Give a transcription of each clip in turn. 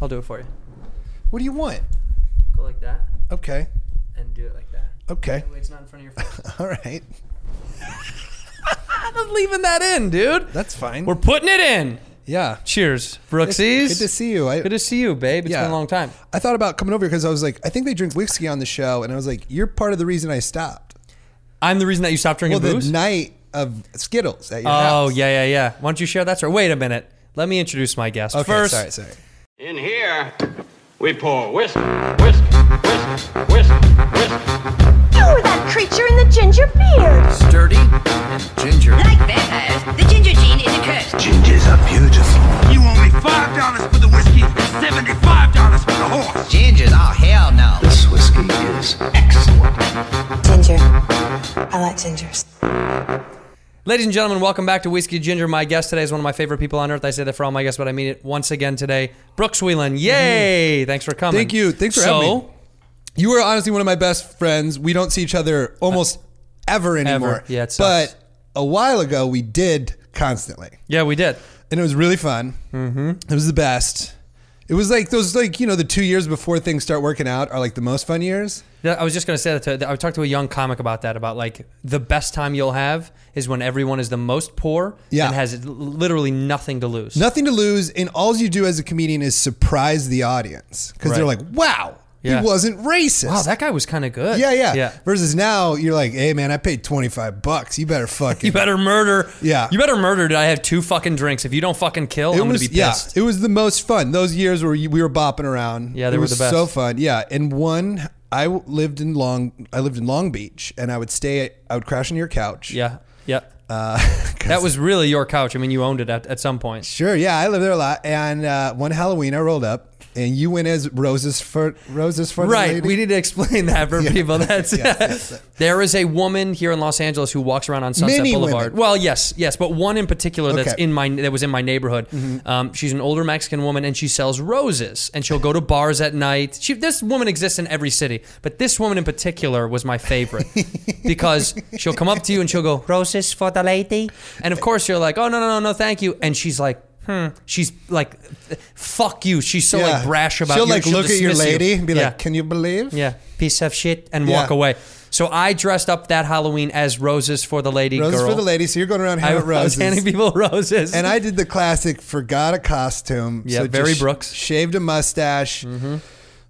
I'll do it for you. What do you want? Go like that Okay. and do it like that. Okay. That way it's not in front of your face. All right. I'm leaving that in, dude. That's fine. We're putting it in. yeah. Cheers, Good Brooksies. to see you. I, Good to see you, babe. It's Yeah. been a long time. I thought about coming over because I was like, I think they drink whiskey on the show, and I was like, you're part of the reason I stopped. I'm the reason that you stopped Well, drinking the booze. night of Skittles at your oh house. yeah, yeah, yeah. Why don't you share that story? Wait a minute. Let me introduce my guest Okay, first. sorry, sorry. In here, we pour whiskey, whiskey, whiskey, whiskey, whiskey. You were that creature in the ginger beard. Sturdy and ginger. Like vampires, the ginger gene is a curse. Gingers are beautiful. You owe me five dollars for the whiskey and seventy-five dollars for the horse. Gingers? Oh, hell no. This whiskey is excellent. Ginger. I like gingers. Ladies and gentlemen, welcome back to Whiskey Ginger. My guest today is one of my favorite people on earth. I say that for all my guests, but I mean it once again today. Brooks Whelan, yay! Thanks for coming. Mm-hmm. Thank you. Thanks for so, having me. You were honestly one of my best friends. We don't see each other almost ever anymore. Yeah, it sucks. but a while ago we did constantly, Yeah, we did. and it was really fun. Mm-hmm. It was the best. It was like those, like you know, the two years before things start working out are like the most fun years. Yeah, I was just gonna say that. To, that I talked to a young comic about that. About like the best time you'll have is when everyone is the most poor Yeah. and has literally nothing to lose. Nothing to lose, and all you do as a comedian is surprise the audience because they're Right. like, "Wow, Yeah. he wasn't racist." Wow, that guy was kind of good. yeah, yeah, yeah. Versus now, you're like, "Hey, man, I paid twenty five bucks. You better fucking You better murder. Yeah. You better murder. Did I have two fucking drinks? If you don't fucking kill, I'm was, gonna be pissed. Yeah, it was the most fun. Those years where you- we were bopping around. Yeah, they it were was the best. So fun. Yeah, and one I w- lived in Long. I lived in Long Beach, and I would stay. at- I would crash on your couch. Yeah, yeah. Uh, 'cause- That was really your couch. I mean, you owned it at, at some point. sure. Yeah, I lived there a lot. And uh, one Halloween, I rolled up, and you went as roses for roses for The Right. lady. We need to explain that for people. That's Yes, yes, yes. there is a woman here in Los Angeles who walks around on Sunset Many Boulevard. women. Well, yes, yes, but one in particular that's Okay. Mm-hmm. in my that was in my neighborhood. Um, she's an older Mexican woman and she sells roses and she'll go to bars at night. She, this woman exists in every city, but this woman in particular was my favorite because she'll come up to you and she'll go roses for the lady, and of course you're like, oh no no no no thank you, and she's like. Hmm. She's like, fuck you. She's so like Yeah. brash about. She'll you. like look at your dismiss you. lady and be Yeah. like, "Can you believe?" Yeah, piece of shit, and Yeah. walk away. So I dressed up that Halloween as roses for the lady Roses girl. for the lady. So you're going around I handing out was roses. handing people roses, And I did the classic forgot a costume. Yeah, very just sh- Brooks. Mm-hmm. Shaved a mustache,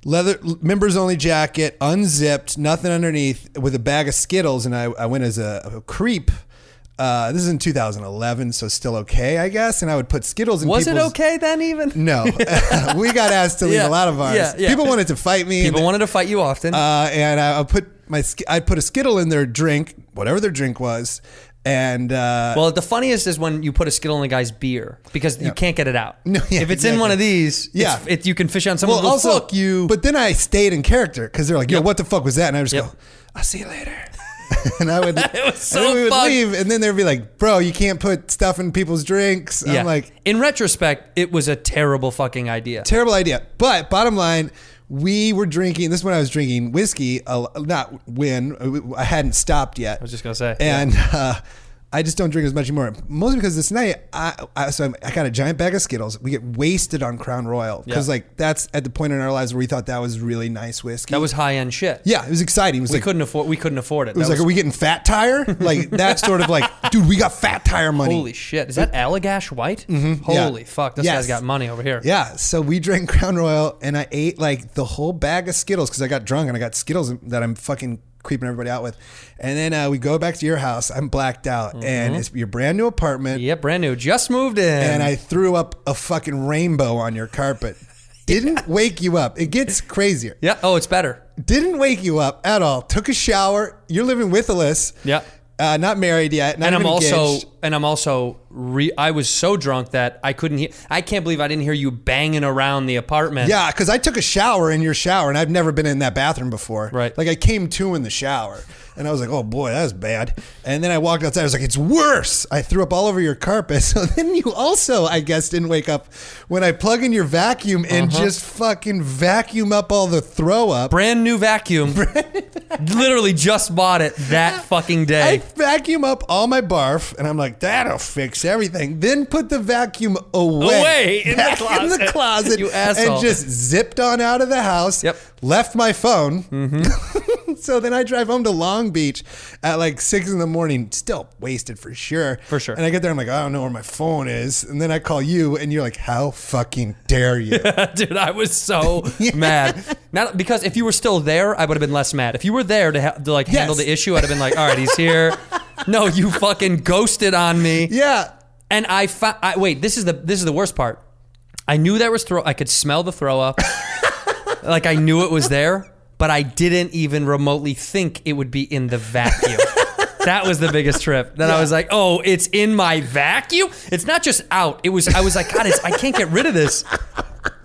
leather members only jacket, unzipped, nothing underneath, with a bag of Skittles, and I, I went as a, a creep. Uh, this is in 2011, so still okay, I guess. And I would put Skittles in. was it people's- okay then? Even No, we got asked to leave Yeah, a lot of ours. yeah, yeah. People wanted to fight me. people wanted to fight you often. Uh, and I, I put my Sk- I put a Skittle in their drink, whatever their drink was, and uh, well, the funniest is when you put a skittle in a guy's beer because you can't get it out. No, yeah, if it's in one exactly. of these, Yeah. it's- it, you can fish on someone. Well, also, fuck you. But then I stayed in character because they're like, "Yo, Yep. what the fuck was that?" And I would just Yep. go, "I'll see you later." and I would. it was so and then we would fucked. leave, and then they'd be like, "Bro, you can't put stuff in people's drinks." yeah. I'm like, in retrospect, it was a terrible fucking idea. terrible idea. But bottom line, we were drinking. This is when I was drinking whiskey. Uh, not when uh, I hadn't stopped yet. I was just gonna say, and. Uh, I just don't drink as much anymore, mostly because this night I I, so I'm, I got a giant bag of Skittles. We get wasted on Crown Royal because Yeah. like that's at the point in our lives where we thought that was really nice whiskey. that was high end shit. Yeah, it was exciting. It was we like couldn't afford. We couldn't afford it. it was like, are we getting fat tire? Like that sort of like, dude, we got fat tire money. holy shit. Is that Allagash White? Mm-hmm. yeah. Holy fuck, this Yes. guy's got money over here. Yeah, so we drank Crown Royal, and I ate like the whole bag of Skittles because I got drunk and I got Skittles that I'm fucking creeping everybody out with. And then uh, we go back to your house. I'm blacked out, Mm-hmm. and it's your brand new apartment. Yep, brand new. Just moved in. And I threw up a fucking rainbow on your carpet. Didn't wake you up. It gets crazier. Yeah. Oh, it's better. Didn't wake you up at all. Took a shower. You're living with Alyssa. Yeah. Uh, not married yet. Not And I'm even also engaged. and I'm also re- I was so drunk that I couldn't hear. I can't believe I didn't hear you banging around the apartment. Yeah, because I took a shower in your shower, and I've never been in that bathroom before. Right. Like I came to in the shower, and I was like, "Oh boy, that's bad." And then I walked outside. I was like, "It's worse." I threw up all over your carpet. So then you also, I guess, didn't wake up when I plug in your vacuum and Uh-huh. just fucking vacuum up all the throw up. Brand new vacuum. Literally just bought it that fucking I day. vacuum up all my barf, and I'm like, "That'll fix everything." Then put the vacuum away, Away in the back in the closet. closet, You asshole. and just zipped on out of the house. Yep. Mm-hmm. Left my phone. so then I drive home to Long Beach at like six in the morning, still wasted for sure. For sure. And I get there, I'm like, I don't know where my phone is. And then I call you, and you're like, How fucking dare you? Dude, I was so mad. Not because if you were still there, I would have been less mad. If you were there to, ha- to like handle Yes. the issue, I'd have been like, "All right, he's here." no, you fucking ghosted on me. yeah. And I, fa- I wait. This is the this is the worst part. I knew there was throw. I could smell the throw up. like I knew it was there, but I didn't even remotely think it would be in the vacuum. that was the biggest trip. Then I was like, oh, it's in my vacuum. It's not just out. It was. I was like, God, it's, I can't get rid of this.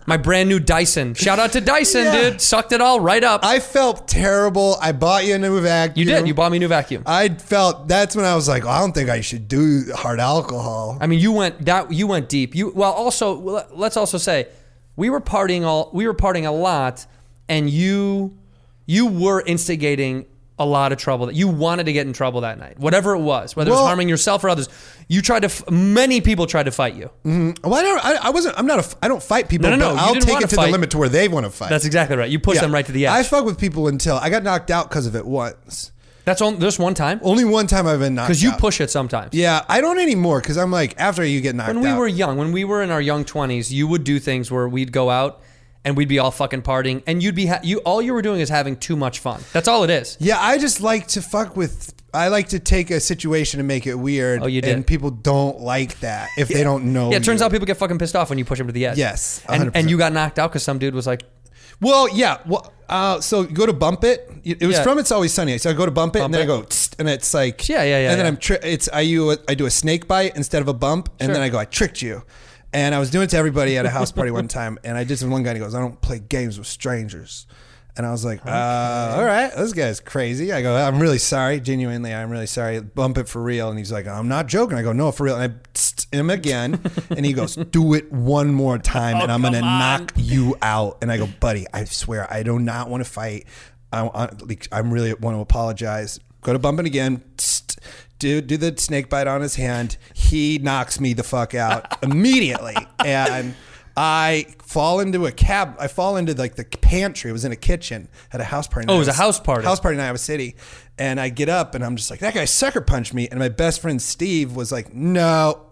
My brand new Dyson. Shout out to Dyson, Yeah. dude. Sucked it all right up. I felt terrible. I bought you a new vacuum. you did. You bought me a new vacuum. I felt that's when I was like, I don't think I should do hard alcohol. I mean, you went that you went deep. You well, also well, let's also say we were partying all we were partying a lot, and you you were instigating a lot of trouble. That you wanted to get in trouble that night, whatever it was, whether it Well- was harming yourself or others. You tried to. F- many people tried to fight you. Well, I don't. I, I wasn't. I'm not. A, I don't fight people. No, no, no, but you I'll didn't take wanna it to fight. the limit to where they want to fight. That's exactly right. You pushed Yeah. them right to the edge. I fuck with people until I got knocked out because of it once. That's on this one time Only one time I've been knocked. because you out. push it sometimes. Yeah, I don't anymore because I'm like after you get knocked When we out. were young, when we were in our young twenties, you would do things where we'd go out. And we'd be all fucking partying, and you'd be ha- you. All you were doing is having too much fun. That's all it is. yeah, I just like to fuck with. I like to take a situation and make it weird. Oh, you did. And people don't like that if they don't know. Yeah, it turns you. out people get fucking pissed off when you push them to the edge. Oh, Yes, and, 100%. and you got knocked out because some dude was like, Well, yeah. Well, uh, so you go to bump it. It was Yeah. from It's Always Sunny. So I go to bump it, Bump and then It. I go, tsk, and it's like, Yeah, yeah, yeah, And then yeah. I'm tri- it's I you I do a snake bite instead of a bump, and Sure. then I go, I tricked you. And I was doing it to everybody at a house party one time, and I did some one guy, and he goes, I don't play games with strangers. And I was like, uh, all right, this guy's crazy. I go, I'm really sorry. Genuinely, I'm really sorry. Bump it for real. And he's like, I'm not joking. I go, no, for real. And I tsk him again. And he goes, do it one more time, and I'm going to knock you out. And I go, buddy, I swear, I do not want to fight. I, I, like, I'm really want to apologize. Go to bumping again. Tsk. do, do the snake bite on his hand. He knocks me the fuck out immediately. And I fall into a cab. I fall into like the pantry. It was in a kitchen at a house party. Oh, it was night. a house party. House party in Iowa City. And I get up and I'm just like, that guy sucker punched me. And my best friend Steve was like, no.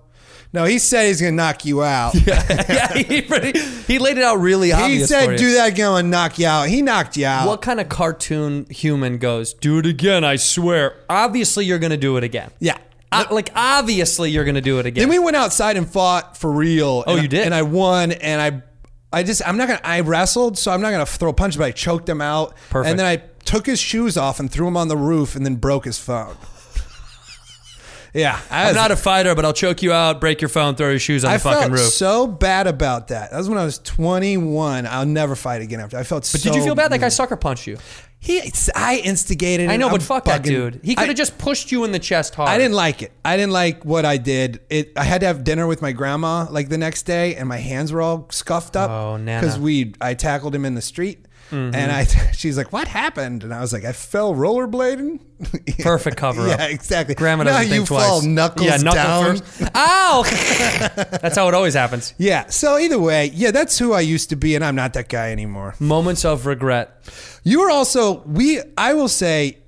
No, he said he's going to knock you out. yeah, he, pretty, he laid it out really he obvious. for said, you. do that again and knock you out. He knocked you out. What kind of cartoon human goes, do it again? I swear. Obviously, you're gonna do it again. Yeah. Uh, like obviously, you're gonna do it again. Then we went outside and fought for real. Oh, and you did? And I won. And I, I just, I'm not gonna. I wrestled, so I'm not gonna throw punches, but I choked him out. Perfect. And then I took his shoes off and threw him on the roof, and then broke his phone. yeah, I I'm not a fighter, but I'll choke you out, break your phone, throw your shoes on I the fucking felt roof. so bad about that. That was when I was 21. I'll never fight again after. I felt. but did you feel bad? That guy sucker punched you. He, I instigated. I it. know, I'm but fuck that bugging- dude. He I- could have just pushed you in the chest hard. I didn't like it. I didn't like what I did. It. I had to have dinner with my grandma like the next day, and my hands were all scuffed up. Oh, Nana. Mm-hmm. Because we, I tackled him in the street, and I. She's like, "What happened?" And I was like, "I fell rollerblading." Perfect cover up. yeah, exactly. Grandma now doesn't you think fall twice. knuckles yeah, knuckle down. First. Ow! That's how it always happens. Yeah. So either way, yeah, that's who I used to be, and I'm not that guy anymore. Moments of regret. You are also we. I will say,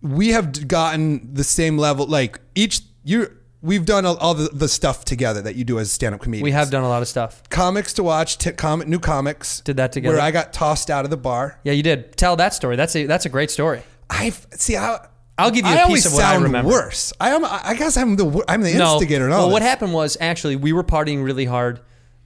we have gotten the same level. Like each you, we've done all, all the, the stuff together that you do as stand up comedian. We have done a lot of stuff. comics to watch, t- comic new comics. Did that together. Where I got tossed out of the bar. Yeah, you did. Tell that story. That's a that's a great story. I see. I, I'll give you a piece I always of what I sound remember. worse. I am. I guess I'm the. wor- I'm the instigator. No. And all Well, what this. happened was actually we were partying really hard.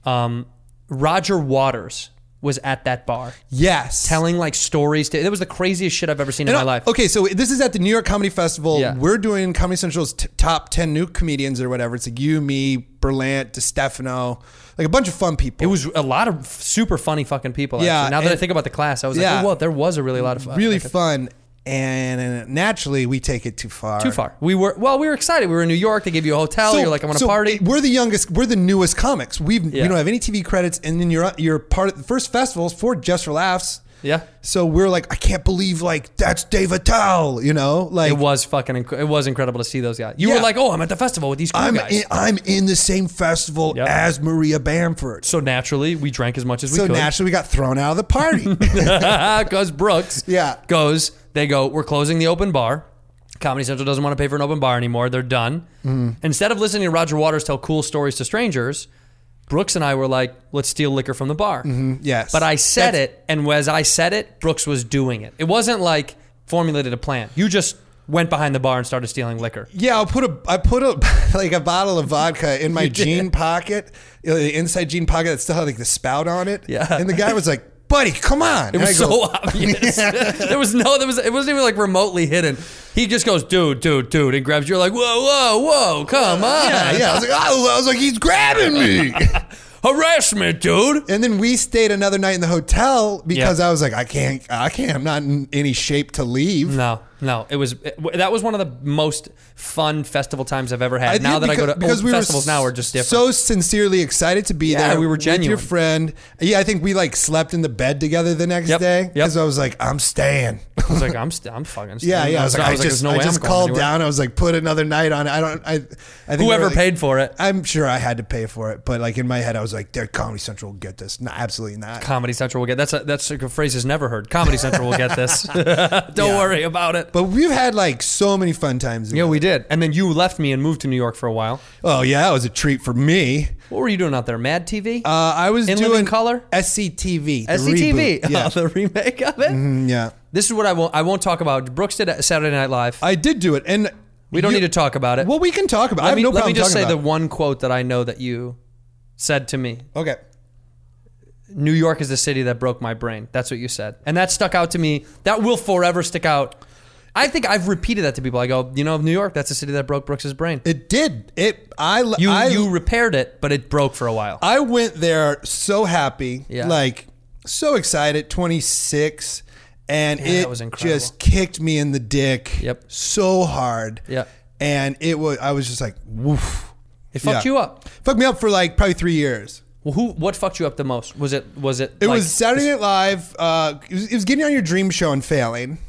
Um, Roger Waters was at that bar Yes. telling like stories. To, it was the craziest shit I've ever seen in And my I- life. Okay, so this is at the New York Comedy Festival. Yeah. We're doing Comedy Central's t- top 10 new comedians or whatever. It's like you, me, Berlant, DeStefano, like a bunch of fun people. It was a lot of super funny fucking people. Yeah, actually. Now that I and- think about the class, I was Yeah. like, oh, well, there was a really lot of fun. really like a- fun. And, and naturally, we take it too far. Too far. We were well. We were excited. We were in New York. They gave you a hotel. You're like, I'm gonna so party. We're the youngest. We're the newest comics. We've Yeah. we don't have any TV credits, and then you're you're part of the first festivals for Just for Laughs. Yeah. So we're like, I can't believe like that's Dave Attell. You know, like It was fucking. Inc- it was incredible to see those guys. You Yeah. were like, oh, I'm at the festival with these cool I'm guys. in, I'm in the same festival Yep. as Maria Bamford. so naturally, we drank as much as we So could. naturally, we got thrown out of the party. Because Brooks Yeah. goes, they go, we're closing the open bar. Comedy Central doesn't want to pay for an open bar anymore. They're done. Mm-hmm. Instead of listening to Roger Waters tell cool stories to strangers, Brooks and I were like, let's steal liquor from the bar. yes, But I said it, and as I said it, Brooks was doing it. It wasn't like formulated a plan. You just went behind the bar and started stealing liquor. Yeah, I'll put a I put a like a bottle of vodka in my did. jean pocket, you know, the inside jean pocket that still had like the spout on it. Yeah. and the guy was like, "Buddy, come on!" It was so obvious. there was no, there was, it wasn't even like remotely hidden. He just goes, dude, dude, dude, and grabs you. You're like, whoa, whoa, whoa, come on. Yeah, yeah. I was like, oh, I was like, he's grabbing me. Harassment, dude. and then we stayed another night in the hotel because Yeah. I was like, I can't, I can't. I'm not in any shape to leave. No, no. It was it- w- that was one of the most fun festival times I've ever had. think now that I go to because old festivals now are just different. So sincerely excited to be Yeah, there. we were With your genuine. friend. Yeah, I think we like slept in the bed together the next Yep, day yep. because I was like, I'm staying. I was like, I'm, st- I'm fucking. Yeah, yeah. I was like, I, there's just, no way I I'm just going called anywhere. down. I was like, put another night on. I don't. I. I think they Whoever were like- paid for it. I'm sure I had to pay for it, but like in my head, I was like, "There, Comedy Central will get this." No, absolutely not. Comedy Central will get that's a, that's a phrase is never heard. Comedy Central will get this. Don't worry about it. but we've had like so many fun times. yeah, together. we did. And then you left me and moved to New York for a while. Oh yeah, that was a treat for me. What were you doing out there? Mad TV? Uh, I was In Living doing Color? SCTV, the SCTV. reboot. Yeah. Mm-hmm. mm, Oh, the remake of it. yeah, This is what I won't I won't talk about. Brooks did a Saturday Night Live. I did do it, and we don't you- need to talk about it. Well, we can talk about. it. I let have me, no let problem me just say talking the about one quote that I know that you said to me. it. okay. New York is the city that broke my brain. That's what you said. And that stuck out to me. That will forever stick out. I think I've repeated that to people. I go, you know, New York, that's the city that broke Brooks's brain. It did it. I you I, you repaired it, but it broke for a while. I went there so happy, Yeah. like so excited, 26, and that it was incredible. just kicked me in the dick Yep. so hard. Yep. And it was I was just like, woof. it fucked yeah. you up. Fucked me up for like probably 3 years. Well, who what fucked you up the most? Was it was it It like- was Saturday Night Live, uh it was, it was getting on your dream show and failing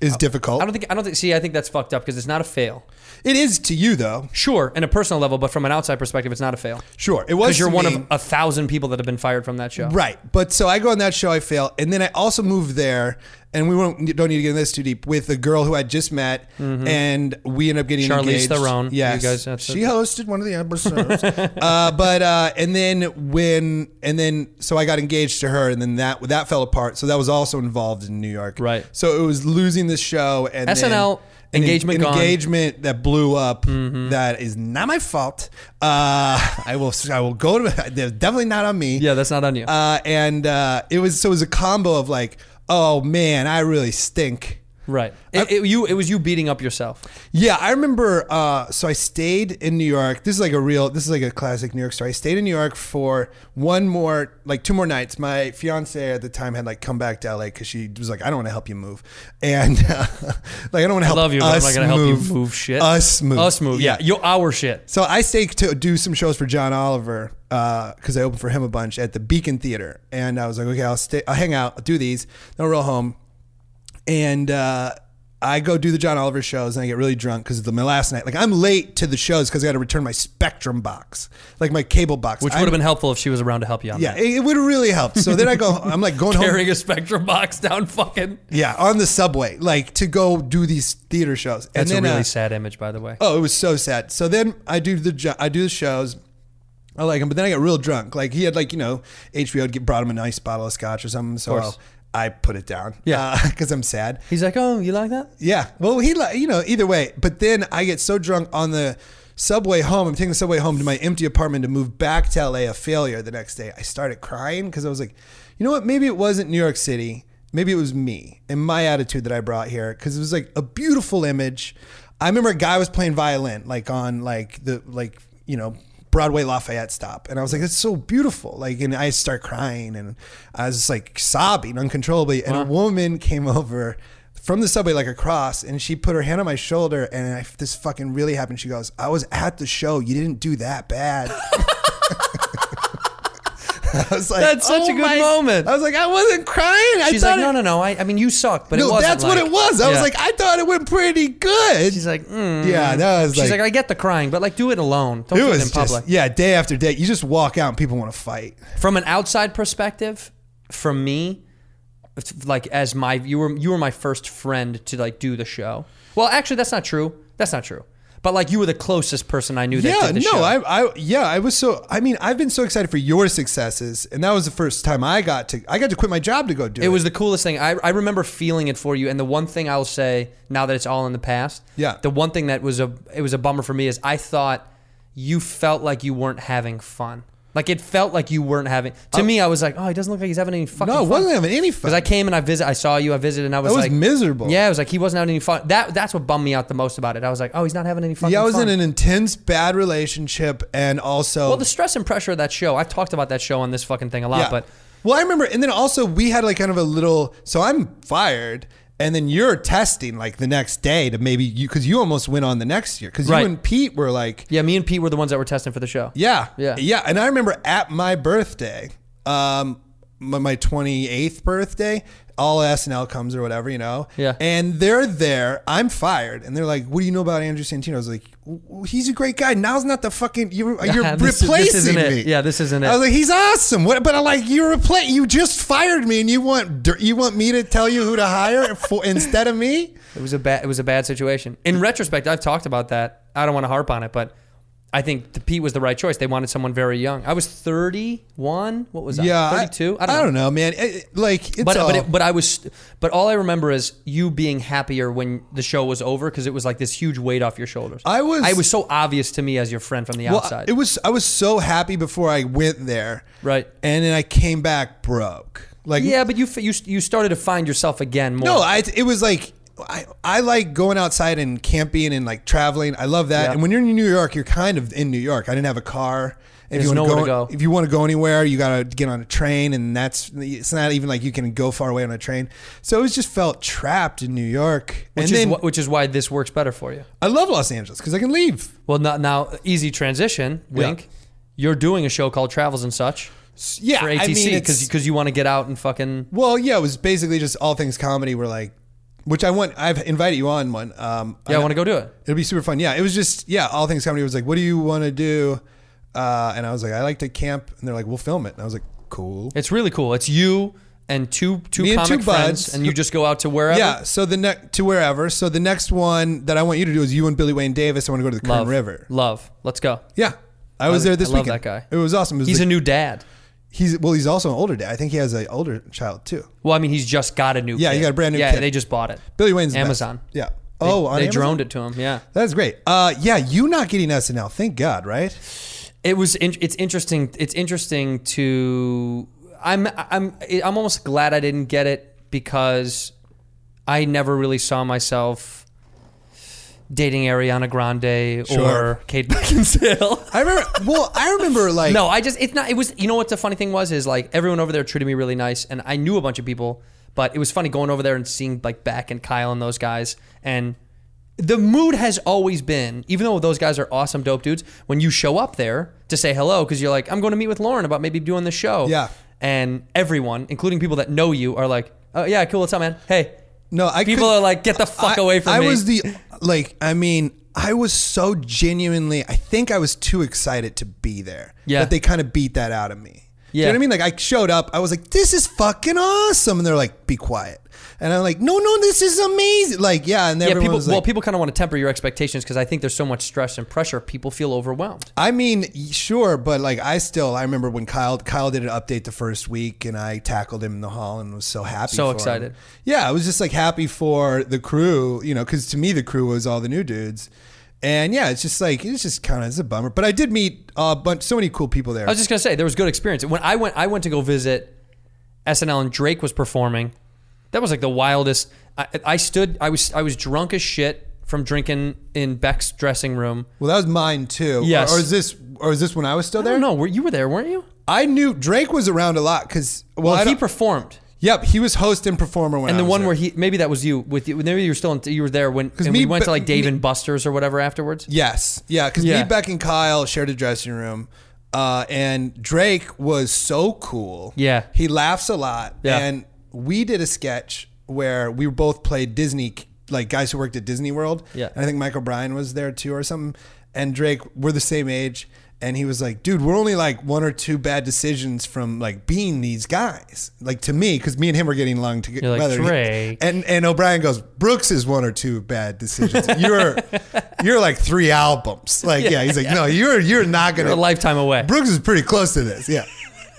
is difficult. Uh, I don't think I don't think see, I think that's fucked up because it's not a fail. it is to you though. Sure, in a personal level, but from an outside perspective, it's not a fail. Sure. It was Because you're to one me. of a thousand people that have been fired from that show. Right. But so I go on that show, I fail. And then I also moved there, and we won't, don't need to get in this too deep, with a girl who I just met, and we end up getting Mm-hmm. Charlize engaged. Theron. Yes. You guys- that's she it. hosted one of the episodes. uh, but, uh, and then when, and then, so I got engaged to her, and then that that fell apart. So that was also involved in New York. Right. So it was losing the show and then- SNL, and en- engagement an gone. Mm-hmm. engagement that blew up that is not my fault. Uh, I will I will go to they're definitely not on me. Yeah, that's not on you. Uh, and uh, it was so it was a combo of like, oh man, I really stink. uh, right. It, it- you it was you beating up yourself. Yeah, I remember. Uh, so I stayed in New York. This is like a real. This is like a classic New York story. I stayed in New York for one more, like two more nights. My fiance at the time had like come back to LA because she was like, "I don't want to help you move," and uh, like I don't want to help Love you, but I'm Oh, us not gonna help you move, move shit. Us move. Us move. Yeah, you our shit. So I stayed to do some shows for John Oliver because I opened for him a bunch at the Beacon Theater, and I was like, okay, I'll stay, I'll hang out, I'll do these, then I'll roll home, and uh, I go do the John Oliver shows, and I get really drunk because the my last night, like I'm late to the shows because I got to return my Spectrum box, like my cable box, Which I'm- would have been helpful if she was around to help you on yeah, that. it, it would have really helped. So then I go, I'm like going home, Carrying a spectrum box down fucking yeah, on the subway, like to go do these theater shows. That's and then, a really uh, sad image, by the way. Oh, it was so sad. So then I do the jo- I do the shows. I like him, but then I got real drunk. Like he had like you know HBO had get, brought him a nice bottle of scotch or something. So course. I put it down. Yeah. because I'm sad. He's like, oh, you like that? Yeah. Well, he like you know either way. But then I get so drunk on the subway home. I'm taking the subway home to my empty apartment to move back to LA. A failure the next day. I started crying because I was like, you know what? Maybe it wasn't New York City. Maybe it was me and my attitude that I brought here because it was like a beautiful image. I remember a guy was playing violin like on like the like you know Broadway Lafayette stop, and I was like, "That's so beautiful!" Like, and I start crying and I was just like sobbing uncontrollably. And a woman came over from the subway like across and she put her hand on my shoulder and I, this fucking really happened she goes i was at the show you didn't do that bad i was like That's such a "Oh good my-" moment. i was like i wasn't crying I She's like, thought no, it- no, no. I, I mean, you suck, but it no wasn't that's what like- it was i was Yeah. like i thought it went pretty good she's like, mm. yeah that was she's like, like, I get the crying, but like, do it alone. Don't it do it was in just public. yeah day after day you just walk out and people want to fight From an outside perspective, from me, it's like as my you were you were my first friend to like do the show. Well, actually, that's not true. That's not true. But like, you were the closest person I knew that yeah did the no show. I, I yeah i was so i mean i've been so excited for your successes and that was the first time i got to i got to quit my job to go do it It was the coolest thing. I, I remember feeling it for you. And the one thing I'll say now that it's all in the past, Yeah. The one thing that was a it was a bummer for me is I thought you felt like you weren't having fun. Like it felt like you weren't having. To me, I was like, oh, he doesn't look like he's having any fucking. No, fun. Oh, it wasn't having any fun. Because I came and I visit, I saw you, I visited, and I was That was like miserable. Yeah, it was like he wasn't having any fun. That that's what bummed me out the most about it. I was like, oh, he's not having any fucking fun. yeah, I was in an intense bad relationship, and also well, the stress and pressure of that show. I've talked about that show on this fucking thing a lot, yeah. but well, I remember, and then also we had like kind of a little. So I'm fired, and then you're testing like the next day to maybe you because you almost went on the next year because Right. you and Pete were like, yeah, me and Pete were the ones that were testing for the show. yeah, Yeah. yeah. And I remember at my birthday, um, my, my 28th birthday. All SNL comes or whatever, you know. Yeah. And they're there. I'm fired, and they're like, "What do you know about Andrew Santino?" I was like, "W- "He's a great guy. Now's not the fucking you're, you're Yeah, this- this replacing isn't me." it. Yeah, this isn't it. I was like, he's awesome. What? But I like you repla You just fired me, and you want dir- you want me to tell you who to hire for instead of me? It was a bad. It was a bad situation. In retrospect, I've talked about that. I don't want to harp on it, but I think the Pete was the right choice. They wanted someone very young. I was thirty-one. What was Yeah, I? Thirty-two. I, don't know, man. It- it- like, it's But all, but, it, but I was. But all I remember is you being happier when the show was over because it was like this huge weight off your shoulders. I was- It was so obvious to me as your friend from the outside. It was I was so happy before I went there. Right. And then I came back broke. Like yeah, but you f- you you started to find yourself again more. No, I it was like I, I like going outside and camping and like traveling. I love that. Yeah. And when you're in New York, you're kind of in New York. I didn't have a car. If There's wanna nowhere to go. If you want to go anywhere, you gotta get on a train, and that's it's not even like you can go far away on a train. So it was just felt trapped in New York. which and is then wh- which is why this works better for you. I love Los Angeles because I can leave. Well, now, now easy transition. Wink. You're doing a show called Travels and Such. Yeah, for I mean, ATC it's- because you want to get out and fucking. Well, yeah, it was basically just all things comedy. Were like, which I want. I've invited you on one. Um, Yeah, I want to go do it. It'll be super fun. Yeah, it was just yeah. All things comedy was like, what do you want to do? Uh, and I was like, I like to camp. And they're like, we'll film it. And I was like, cool. It's really cool. It's you and two two Me and comic two friends, buds. and you just go out to wherever. yeah. So the next to wherever. So the next one that I want you to do is you and Billy Wayne Davis. I want to go to the Kern love, River. Love, let's go. Yeah. I was I- there this I love weekend. that guy. It was awesome. It was He's the- a new dad. He's well. He's also an older dad. I think he has an older child too. Well, I mean, he's just got a new. Yeah, kid. he got a brand new Yeah, kid. they just bought it. Billy Wayne's the best. Amazon. Yeah. Oh, they, on they Amazon? droned it to him. Yeah, That's great. Uh, yeah, you not getting SNL. Thank God, right? it was. In, it's interesting. It's interesting to. I'm I'm I'm almost glad I didn't get it because I never really saw myself dating Ariana Grande Sure. or Kate Beckinsale. I remember. well, I remember like No, I just it's not. It was you know what the funny thing was is like everyone over there treated me really nice, and I knew a bunch of people, but it was funny going over there and seeing like Beck and Kyle and those guys, and the mood has always been even though those guys are awesome dope dudes when you show up there to say hello because you're like I'm going to meet with Lauren about maybe doing this show Yeah. and everyone including people that know you are like oh yeah cool what's up man hey No, I people couldn't- are like get the fuck I- away from I me was the like. I mean, I was so genuinely. I think I was too excited to be there. Yeah. that they kind of beat that out of me. Yeah. you know what I mean. Like I showed up, I was like, "This is fucking awesome," and they're like, "Be quiet," and I'm like, "No, no, this is amazing." Like, yeah, and yeah everyone people was like, well people kind of want to temper your expectations because I think there's so much stress and pressure people feel overwhelmed I mean, y- sure, but like I still I remember when Kyle Kyle did an update the first week, and I tackled him in the hall and was so happy, So for him. excited. Yeah, I was just like happy for the crew, you know, because to me the crew was all the new dudes, and yeah, it's just like it's just kind of it's a bummer, but I did meet a bunch so many cool people there. I was just gonna say there was good experience. When I went, I went to go visit SNL and Drake was performing. That was like the wildest. I, I stood. I was I was drunk as shit from drinking in Beck's dressing room. Well, that was mine too. Yes. Or, or is this or is this when I was still I there? don't know. Were you were there, weren't you? I knew Drake was around a lot because well, Well, I he don't- performed, yep, he was host and performer when and I the was one there. where he maybe that was you with you. Maybe you were still in, you were there when and me, we went but- to like Dave me- and Buster's or whatever afterwards. Yes. Yeah. Because Yeah. me, Beck, and Kyle shared a dressing room. Uh, and Drake was so cool. Yeah. He laughs a lot. Yeah. And we did a sketch where we both played Disney, like guys who worked at Disney World. Yeah. And I think Michael Bryan was there too or something. And Drake, we're the same age. And he was like, dude, we're only like one or two bad decisions from like being these guys. Like to me, because me and him were getting along together. You're like, "Drake." And and O'Brien goes, Brooks is one or two bad decisions. You're you're like three albums. Like yeah, he's like, no, you're you're not gonna You're a lifetime away. Brooks is pretty close to this. Yeah.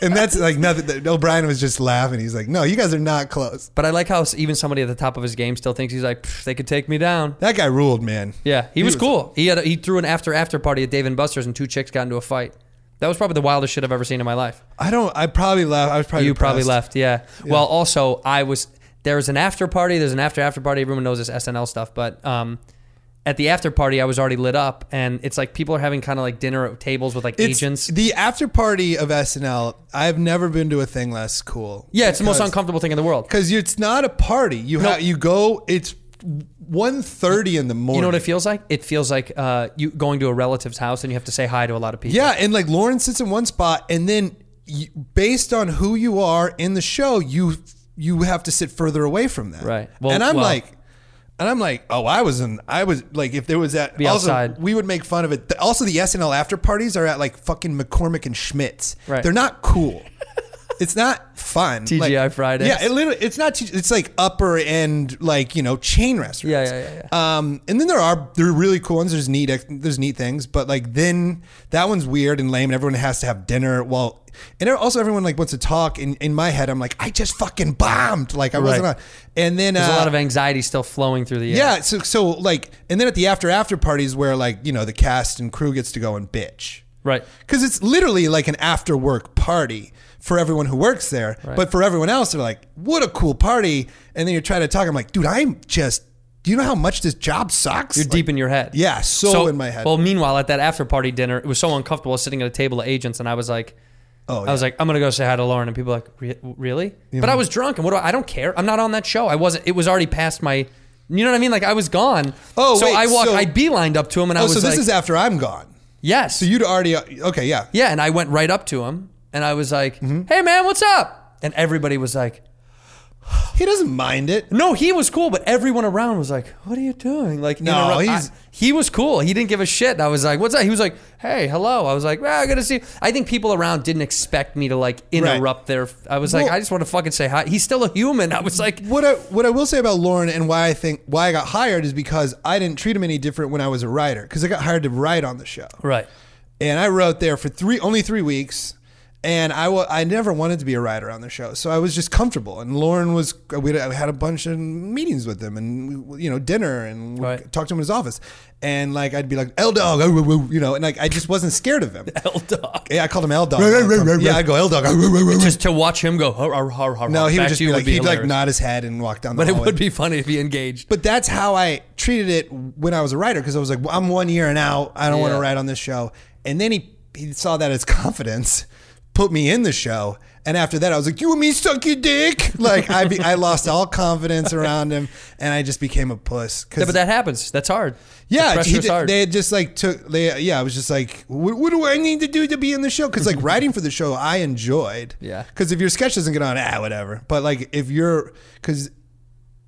And that's like nothing. That O'Brien was just laughing. He's like, "No, you guys are not close." But I like how even somebody at the top of his game still thinks he's like "Pff, they could take me down. That guy ruled, man. Yeah, he, was, was- cool. He had a, he threw an after after party at Dave and Buster's, and two chicks got into a fight. That was probably the wildest shit I've ever seen in my life. I don't. I probably left. I was probably you probably left, depressed. yeah. Well, also I was there was an after party. There's an after after party. Everyone knows this SNL stuff, but um, at the after party I was already lit up, and it's like people are having kind of like dinner at tables with like It's- agents. The after party of SNL. I've never been to a thing less cool. yeah, it's the most Because- uncomfortable thing in the world. Because it's not a party. You ha- you go. It's 1.30 in the morning. You know what it feels like? It feels like uh, you going to a relative's house and you have to say hi to a lot of people. Yeah, and like Lauren sits in one spot, and then you, based on who you are in the show, you you have to sit further away from that. Right. Well, and I'm well- like. And I'm like, oh, I was in, I was like, if there was that, Be also, outside. we would make fun of it. The- Also, the SNL after parties are at like fucking McCormick and Schmidt's. Right. They're not cool. it's not fun. Like- TGI Fridays. Yeah, it literally, it's not. T- it's like upper end, like you know, chain restaurants. Yeah, yeah, yeah, Um, and then there are there are really cool ones. There's neat there's neat things, but like then that one's weird and lame, and everyone has to have dinner. While and also everyone like wants to talk. In in my head, I'm like, I just fucking bombed. Like I wasn't Right. on. And then There's uh, a lot of anxiety still flowing through the air. yeah. So so like and then at the after after parties where like you know the cast and crew gets to go and bitch. Right. Because it's literally like an after work party for everyone who works there. But for everyone else, they're like, what a cool party. And then you're trying to talk. I'm like, dude, I'm just, do you know how much this job sucks? You're Like, deep in your head. Yeah, so in my head. Well, meanwhile, at that after party dinner, it was so uncomfortable sitting at a table of agents, and I was like, Oh, I was like, I'm gonna go say hi to Lauren, and people were like, "Re- really? But I was drunk, and what do I? I don't care. I'm not on that show. I wasn't. It was already past my. You know what I mean? Like I was gone. Oh, so wait, I walked. so- I beelined up to him, and I oh, was so this like, is after I'm gone. yes. So you'd already, okay, yeah. Yeah, and I went right up to him, and I was like, Mm-hmm. hey man, what's up? And everybody was like, He doesn't mind it. No, he was cool, but everyone around was like, "What are you doing?" Like, you No, know, I- he's- he was cool. He didn't give a shit. And I was like, "What's that?" He was like, "Hey, hello." I was like, "Well, I gotta see." you." I think people around didn't expect me to like interrupt their. I was like, Well- "I just want to fucking say hi." He's still a human. I was like, What I, what I will say about Lauren and why I think why I got hired is because I didn't treat him any different when I was a writer because I got hired to write on the show. "Right, and I wrote there for three only three weeks. And I wa- I never wanted to be a writer on the show, so I was just comfortable. And Lauren was we had a bunch of meetings with him, and you know dinner, and we Right. talked to him in his office. And like I'd be like L Dog, oh, woo, woo," you know, and like I just wasn't scared of him. hell, dog." Yeah, I called him L Dog. yeah, I'd go L Dog. Just to watch him go, "Har, har, har, har," No, he back would to just be you like he'd like hilarious. nod his head and walk down the But it hallway. would be funny if he engaged. But that's how I treated it when I was a writer because I was like, well, I'm one year and out. I don't want Yeah. to write on this show. And then he, he saw that as confidence, put me in the show. And after that, I was like, you and me suck your dick. Like I, be, I lost all confidence around him and I just became a puss. 'Cause- Yeah, but that happens. That's hard. the yeah, he pressure's did- hard. they had just like took. They, yeah, I was just like, what, what do I need to do to be in the show? Because like writing for the show, I enjoyed. Yeah. Because if your sketch doesn't get on, ah, whatever. But like if you're, because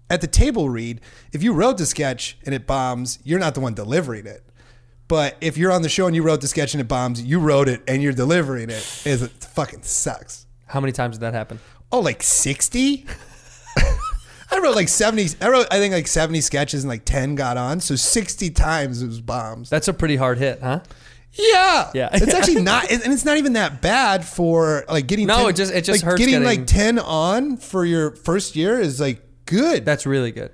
at the table read, if you wrote the sketch and it bombs, you're not the one delivering it. But if you're on the show and you wrote the sketch and it bombs, you wrote it and you're delivering it. Is it fucking sucks? How many times did that happen? Oh, like sixty. I wrote like seventy. I wrote I think like seventy sketches and like ten got on. So sixty times it was bombs. That's a pretty hard hit, huh? Yeah, Yeah. It's actually not, and it's not even that bad for like getting. No, it just- it just like, hurts Getting, getting- like ten on for your first year is like good. That's That's really good.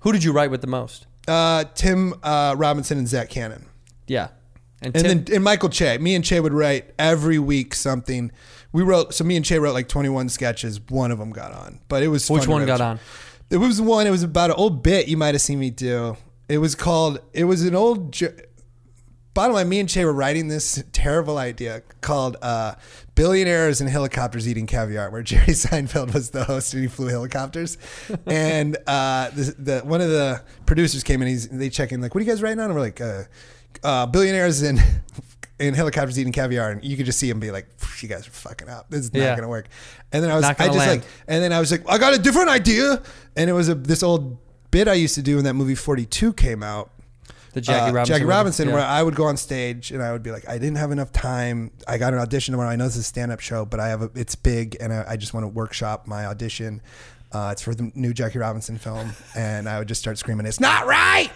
Who did you write with the most? uh, Tim uh, Robinson and Zach Cannon, Yeah, and, and Tim, then and Michael Che. Me and Che would write every week something. we wrote so me and Che wrote like 21 sketches. One of them got on, but it was Which fun to one write. got on? It was one. It was about an old bit you might have seen me do. It was called. It was an old. jo- Bottom line, me and Che were writing this terrible idea called uh, "Billionaires in Helicopters Eating Caviar," where Jerry Seinfeld was the host and he flew helicopters. and uh, the, the one of the producers came in. He's they check in like, "What are you guys writing on?" And we're like, uh, uh, "Billionaires in." In helicopters eating caviar, and you could just see him be like, "You guys are fucking up. This is not Yeah. gonna work." And then I was, I Not gonna just land. like, and then I was like, I got a different idea. And it was a, this old bit I used to do when that movie 42 came out. The Jackie uh, Robinson. Jackie one. Robinson Yeah. where I would go on stage and I would be like, I didn't have enough time. I got an audition tomorrow. I know this is a stand up show, but I have a, it's big and I, I just want to workshop my audition. Uh, it's for the new Jackie Robinson film. And I would just start screaming, It's not right.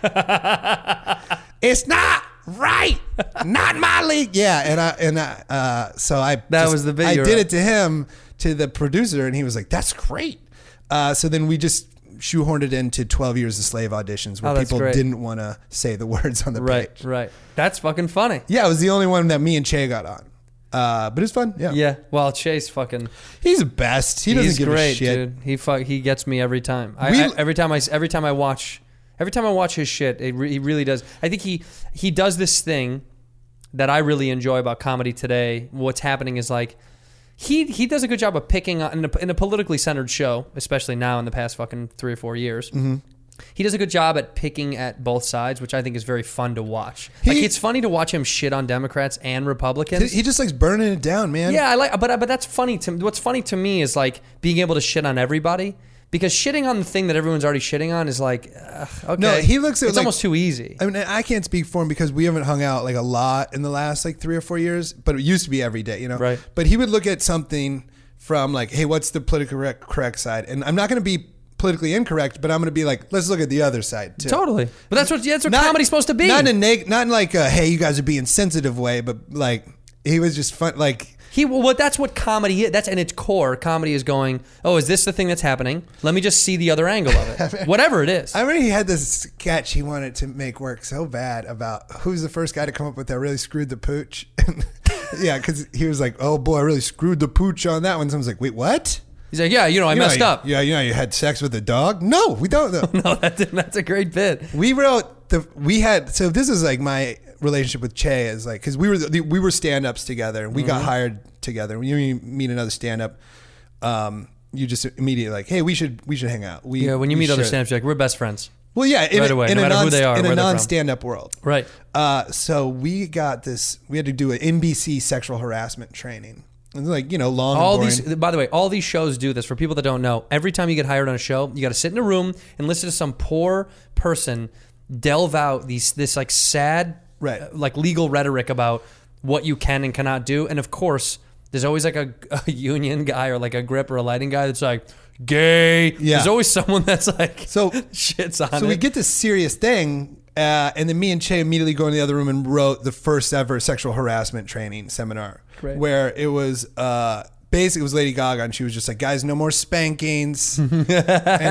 it's not right. Not my league. Yeah. And I, and I, uh, so I, That was the I video. did it to him, to the producer, and he was like, "That's great." Uh, so then we just shoehorned it into Twelve Years a Slave auditions where Oh, that's people great. didn't want to say the words on the Right, page. right. That's fucking funny. Yeah, it was the only one that me and Che got on. Uh, but it's fun. Yeah. Yeah. Well, Chase fucking. he's the best. He doesn't he's give great, a shit. dude. He fuck. He gets me every time. I, We- I- every time I s- every time I watch every time I watch his shit, it re, he really does. I think he he does this thing that I really enjoy about comedy today. What's happening is like. He, he does a good job of picking on in a, in a politically centered show, especially now in the past fucking three or four years. Mm-hmm. He does a good job at picking at both sides, which I think is very fun to watch. like He- it's funny to watch him shit on Democrats and Republicans. He just likes burning it down, man. Yeah, I like, but but that's funny to what's funny to me is like being able to shit on everybody because shitting on the thing that everyone's already shitting on is like, ugh, okay, No, he looks at, it's like- almost too easy. I mean, I can't speak for him because we haven't hung out like a lot in the last like three or four years, but it used to be every day, you know? Right. But he would look at something from like, hey, what's the politically correct, correct side? And I'm not going to be politically incorrect, but I'm going to be like, let's look at the other side too. totally, but that's what yeah, that's what comedy's supposed to be. Not in a neg- not in like a, hey, you guys are being sensitive way, but like, he was just fun. Like, he well, what that's what comedy is. That's in its core, comedy is going. Oh, is this the thing that's happening? Let me just see the other angle of it, whatever it is. I remember he had this sketch he wanted to make work so bad about who's the first guy to come up with that really screwed the pooch. And yeah, because he was like, oh boy, I really screwed the pooch on that one. Someone's like, wait, what? He's like, yeah, you know, I You know messed how you- up. Yeah, you know, how you had sex with a dog. No, we don't. Know. No, that, that's a great bit. We wrote the we had so this is like my relationship with Che is like because we were the, we were stand ups together and we Mm-hmm. got hired together. When you meet another stand up, um, you just immediately like, hey, we should we should hang out. We, Yeah, when you we meet other should. stand-ups, you're like we're best friends. well, yeah, in, Right a- away, in no a matter non, who they are, in a where they're from. non stand up world, Right. Uh, so we got this. We had to do an NBC sexual harassment training. It's like you know long. and All boring. these, by the way, all these shows do this for people that don't know. Every time you get hired on a show, you got to sit in a room and listen to some poor person delve out these this like sad, Right. uh, like legal rhetoric about what you can and cannot do. And of course, there's always like a, a union guy or like a grip or a lighting guy that's like gay. Yeah. There's always someone that's like So- shits on So it. we get this serious thing, uh, and then me and Che immediately go in the other room and wrote the first ever sexual harassment training seminar, Great. where it was uh, basically it was Lady Gaga, and she was just like, "Guys, no more spankings," and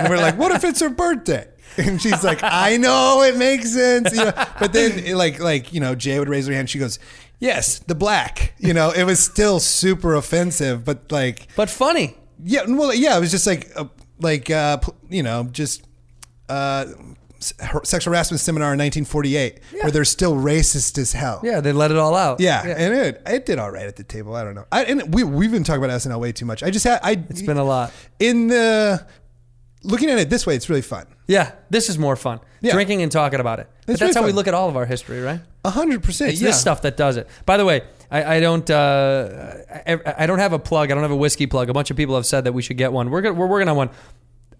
we're like, "What if it's her birthday?" And she's like, "I know it makes sense," you know? but then it, like like you know, Jay would raise her hand. She goes. Yes, the black. You know, it was still super offensive, but like but funny. yeah, well, yeah, it was just like, uh, like uh, pl- you know, just uh, s- har- sexual harassment seminar in 1948, where they're still racist as hell. Yeah, they let it all out. yeah, and it it did all right at the table. I don't know. I, and we we've been talking about SNL way too much. I just had I. it's been a lot. in the looking at it this way. It's really fun. Yeah, this is more fun. Yeah. Drinking and talking about it. But It's that's really how we fun. look at all of our history, right? A hundred percent. It's Yeah. this stuff that does it. By the way, I, I don't. Uh, I, I don't have a plug. I don't have a whiskey plug. A bunch of people have said that we should get one. We're gonna, we're working on one.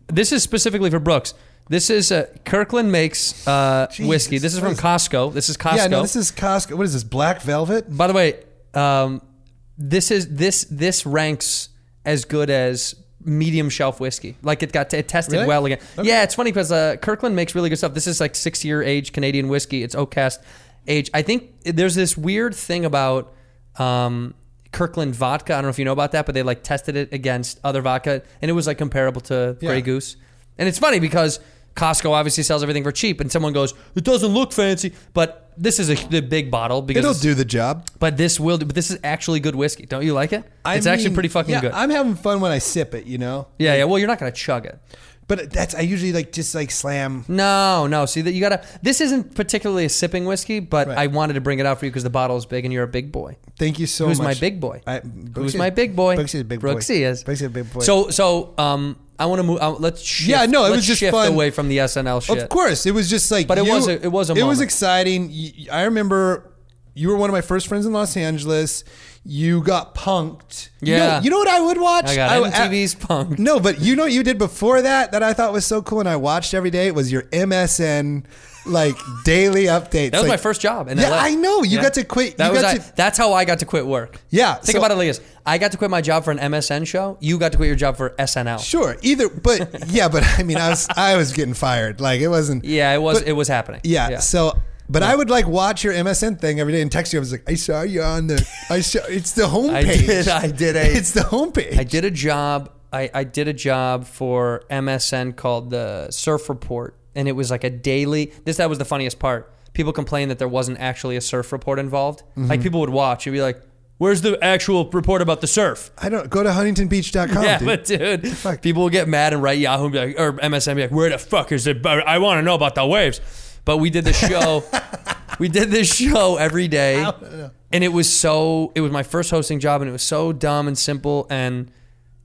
This is specifically for Brooks. This is uh, Kirkland makes uh, whiskey. This is from Costco. This is Costco. Yeah. No, this is Costco. What is this? Black Velvet. By the way, um, this is this this ranks as good as medium shelf whiskey. Like it got it tested Really? well again. Yeah, it's funny because uh, Kirkland makes really good stuff. This is like six year age Canadian whiskey. It's oak cast age. I think there's this weird thing about. Um, Kirkland vodka. I don't know if you know about that, but they like tested it against other vodka, and it was like comparable to Grey Goose. And it's funny because Costco obviously sells everything for cheap, and someone goes, "It doesn't look fancy," but this is a the big bottle because It'll it's- do the job. But this will. But this is actually good whiskey. Don't you like it? I it's actually mean, pretty fucking yeah, good. I'm having fun when I sip it, you know. yeah, yeah. Well, you're not gonna chug it. But that's I usually like just like slam. No, no. See that you gotta. This isn't particularly a sipping whiskey, but Right. I wanted to bring it out for you because the bottle is big and you're a big boy. Thank you so Who's much. my big boy? I- Who's Brooksy- my big boy? Brooksy's a big boy. Brooksy is. Brooksy's a big boy. So, so um, I want to move. Uh, let's shift, Yeah, no, it let's was just shift fun. away from the SNL shit. Of course, it was just like. But it you- was a- it was a It was moment. exciting. You- I remember you were one of my first friends in Los Angeles. You got punked. You know- You Yeah. know, what I would watch? I got I- MTV's punked. No, but you know what you did before that that I thought was so cool and I watched every day was your MSN like daily updates. That was Like- my first job. And Yeah, I know. You got to quit- That you was got I- to- that's how I got to quit work. Yeah, Think so- about it like this. I got to quit my job for an MSN show. You got to quit your job for SNL. Sure. Either, but yeah, but I mean, I was I was getting fired. Like it wasn't. Yeah, it was but- it was happening. Yeah. So, but I would like watch your MSN thing every day and text you. I was like, I saw you on the. I saw it's the homepage. did- I did a- It's the homepage. I did a job. I, I did a job for MSN called the Surf Report, and it was like a daily. This that was the funniest part. People complained that there wasn't actually a surf report involved. Mm-hmm. Like people would watch and be like, "Where's the actual report about the surf?" I don't go to huntingtonbeach.com. yeah, dude. but dude, people would get mad and write Yahoo and be like, or MSN and be like, "Where the fuck is it? I want to know about the waves." But we did the show. we did this show every day, and it was so. It was my first hosting job, and it was so dumb and simple, and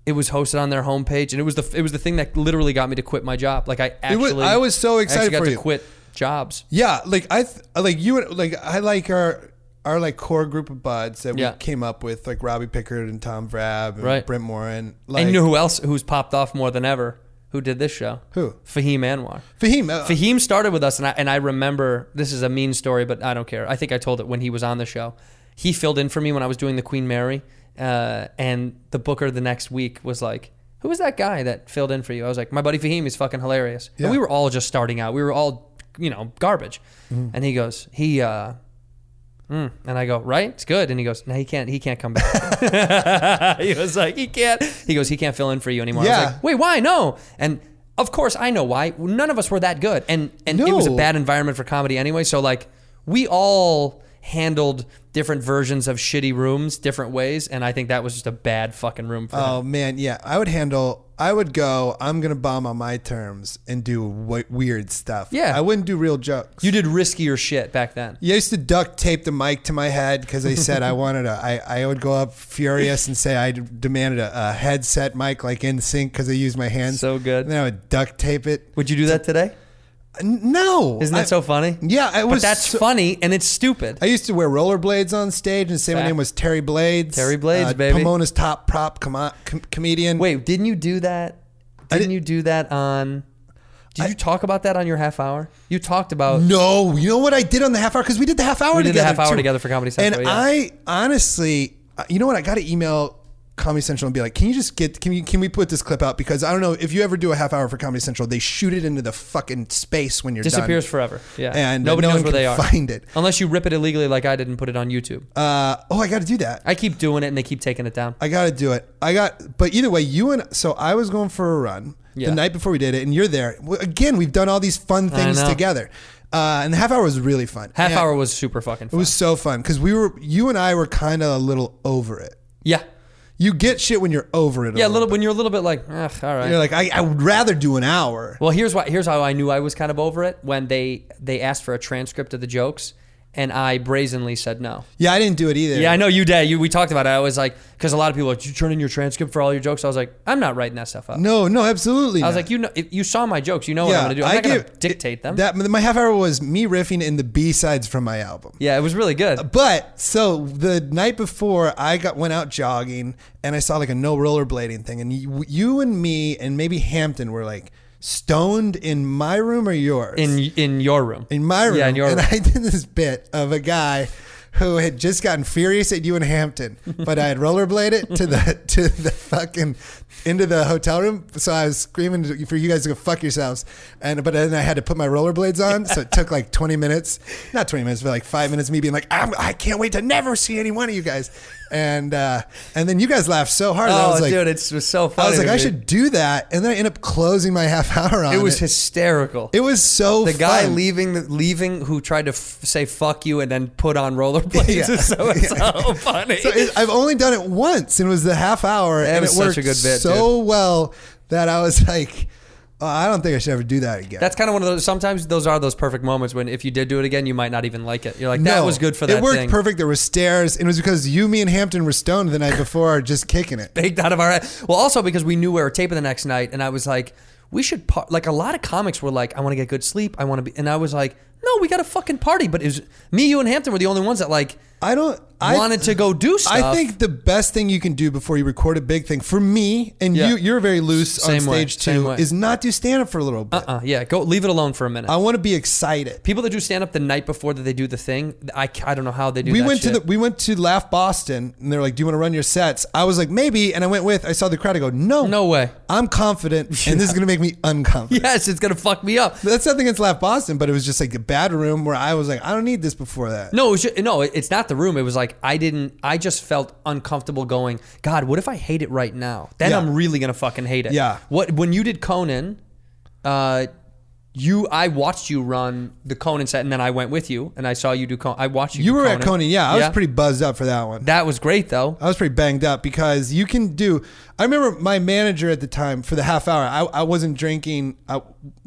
it was hosted on their homepage, and it was the it was the thing that literally got me to quit my job. Like I actually, was- I was so actually excited got for to you. quit jobs. yeah, like I th- like you and- like I like our our like core group of buds that Yeah. we came up with like Robbie Pickard and Tom Vrab and Right. Brent Morin. Like And you know who else who's popped off more than ever? Who did this show? Who? Fahim Anwar. Fahim, uh, Fahim started with us, and I and I remember this is a mean story, but I don't care. I think I told it when he was on the show. He filled in for me when I was doing the Queen Mary, uh, and the Booker the next week was like, "Who was that guy that filled in for you?" I was like, "My buddy Fahim. He's fucking hilarious." And Yeah. we were all just starting out. We were all, you know, garbage. And he goes, "He." Uh, mm. And I go right, it's good. And he goes, no, he can't. He can't come back. he was like, he can't. He goes, he can't fill in for you anymore. I Yeah. was like, wait, why? No. And of course, I know why. None of us were that good, and and it was a No. bad environment for comedy anyway. So like, we all handled different versions of shitty rooms different ways, and I think that was just a bad fucking room for Oh man, yeah. I would handle. I would go. I'm gonna bomb on my terms and do w- weird stuff. Yeah. I wouldn't do real jokes. You did riskier shit back then. Yeah, I used to duct tape the mic to my head because I said I wanted a. I, I would go up furious and say I d- demanded a, a headset mic like in sync because I use my hands. So good. And then I would duct tape it. Would you do that today? N- No, Isn't that I- so funny? Yeah, it But was that's so- funny and it's stupid. I used to wear rollerblades on stage and say my Fact. name was Terry Blades. Uh, Terry Blades, baby. Pomona's top prop com- com- comedian. Wait, didn't you do that? Didn't, didn't- you do that on? Did you talk about that on your half hour? You talked about No, you know what I did on the half hour because we did the half hour. We did the together half hour too. together for Comedy Central, And yeah. I honestly, uh, you know what? I got to email Comedy Central and be like, "Can you just get? Can you? Can we put this clip out? Because I don't know if you ever do a half hour for Comedy Central, they shoot it into the fucking space when you're disappears done. forever. Yeah, and nobody no knows one where they are. can Find it. unless you rip it illegally, like I did, and put it on YouTube. Uh, oh, I got to do that. I keep doing it, and they keep taking it down. I gotta do it. I got, but either way, you and so I was going for a run Yeah. the night before we did it, and you're there Well, again. We've done all these fun things know. together, uh, and the half hour was really fun. Half And hour was super fucking. It Fun. was so fun because we were, you and I were kind of a little over it. yeah, You get shit when you're over it. yeah. A little when you're a little bit like, Ugh, all right. bit. You're like, I, I would rather do an hour. Well, here's why. Here's how I knew I was kind of over it when they they asked for a transcript of the jokes, and I brazenly said no. Yeah, I didn't do it either. Yeah, I know you did. You we talked about it. I was like, because a lot of people are like, "Did you turn in your transcript for all your jokes. I was like, I'm not writing that stuff up. No, no, absolutely. I was not. like, you know, you saw my jokes. You know what I'm gonna do. I'm I not gonna give- dictate them. That my half hour was me riffing in the B sides from my album. yeah, it was really good. But so the night before, I got went out jogging and I saw like a no rollerblading thing, and you, you and me and maybe Hampton were like stoned in my room or yours in in your room. in my room. Yeah, in your and room. I did this bit of a guy who had just gotten furious at you in Hampton, but I had rollerbladed to the to the fucking into the hotel room. So I was screaming to- for you guys to go fuck yourselves. And but then I had to put my rollerblades on, so it took like twenty minutes, not twenty minutes, but like five minutes. of Me being like, I'm, I can't wait to never see any one of you guys. and uh, and then you guys laughed so hard. that I Oh, was like, dude, it's, it was so funny. I was like, to I me. should do that, and then I end up closing my half hour on It it. was hysterical. It was so. the guy fun. leaving, the, leaving, who tried to f- say "fuck you" and then put on rollerblades Yeah. is so, it's so funny. So it, I've only done it once, and it was the half hour, and was it such a worked good bit, so well that I was like, oh, I don't think I should ever do that again. That's kind of one of those. Sometimes those are those perfect moments when if you did do it again, you might not even like it. You're like, that No, was good for that It worked thing. perfect. There were stairs, and it was because you, me, and Hampton were stoned the night before, just kicking it. Baked out of our well, also because we knew we were taping the next night, and I was like, we should par-. like a lot of comics were like, I want to get good sleep, I want to be, and I was like, no, we got to fucking party. But it was me, you, and Hampton were the only ones that like I don't. I wanted to go do stuff. I think the best thing you can do before you record a big thing, for me, and Yeah. you, you're very loose on Same way, stage same too, way. is not do stand up for a little bit. uh, yeah, go leave it alone for a minute. I want to be excited. People that do stand up the night before that they do the thing, I, ca- I don't know how they do. we that went shit. to the we went to Laugh Boston, and they're like, "Do you want to run your sets?" I was like, "Maybe," and I went with. I saw the crowd. I go, "No, No way." I'm confident, and this is gonna make me uncomfortable." yes, it's gonna fuck me up. That's nothing against Laugh Boston, but it was just like a bad room where I was like, "I don't need this before that." No, it was ju- no, it's not the room. It was like I didn't. I just felt uncomfortable going. God, what if I hate it right now? Then Yeah. I'm really gonna fucking hate it. Yeah. What when you did Conan, uh, you I watched you run the Conan set, and then I went with you, and I saw you do Conan. I watched you. you do were at Coney, yeah. I was pretty buzzed up for that one. That was great though. I was pretty banged up because you can do. I remember my manager at the time for the half hour. I, I wasn't drinking. I,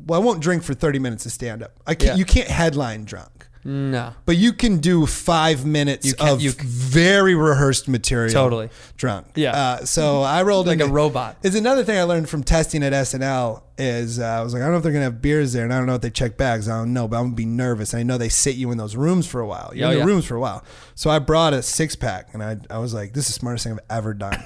well, I won't drink for thirty minutes of stand up. I can't. Yeah. You can't headline drunk. No. But you can do five minutes can- of you- very rehearsed material. Totally. Drunk. Yeah. Uh, so I rolled Like a into- robot. It's another thing I learned from testing at SNL is uh, I was like, I don't know if they're going to have beers there and I don't know if they check bags. I don't know, but I'm going to be nervous. And I know they sit you in those rooms for a while. You're Oh, in the yeah. rooms for a while. So I brought a six pack and I, I was like, this is the smartest thing I've ever done.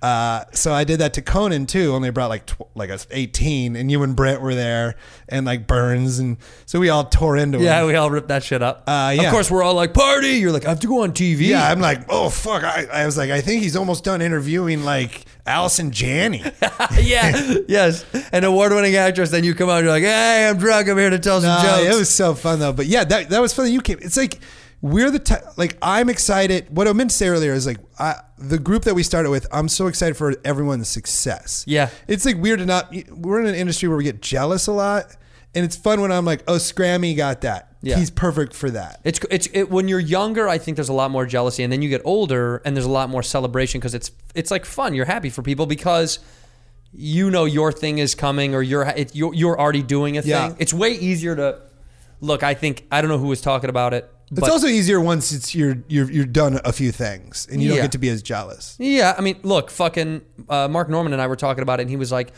Uh, so I did that to Conan too. Only brought like tw- like a eighteen, and you and Brent were there, and like Burns, and so we all tore into him. Yeah, we all ripped that shit up. Uh, yeah. Of course, we're all like party. You're like I have to go on TV. Yeah, I'm like, oh fuck. I, I was like, I think he's almost done interviewing like Allison Janney. yeah. yes. An award-winning actress. Then you come out. You're like, hey, I'm drunk. I'm here to tell some Uh, jokes. it was so fun though. But yeah, that that was fun. that You came. It's like we're the t- like I'm excited. What I meant to say earlier is like I, the group that we started with. I'm so excited for everyone's success. Yeah. it's like weird to not. We're in an industry where we get jealous a lot, and it's fun when I'm like, oh, Scrammy got that. Yeah. he's perfect for that. It's it's it, when you're younger, I think there's a lot more jealousy, and then you get older, and there's a lot more celebration because it's it's like fun. You're happy for people because you know your thing is coming, or you're it, you're, you're already doing a Yeah. thing. It's way easier to look. I think I don't know who was talking about it. But it's also easier once it's you're you're you're done a few things and you Yeah. don't get to be as jealous. yeah, I mean, look, fucking uh, Mark Norman and I were talking about it, and he was like,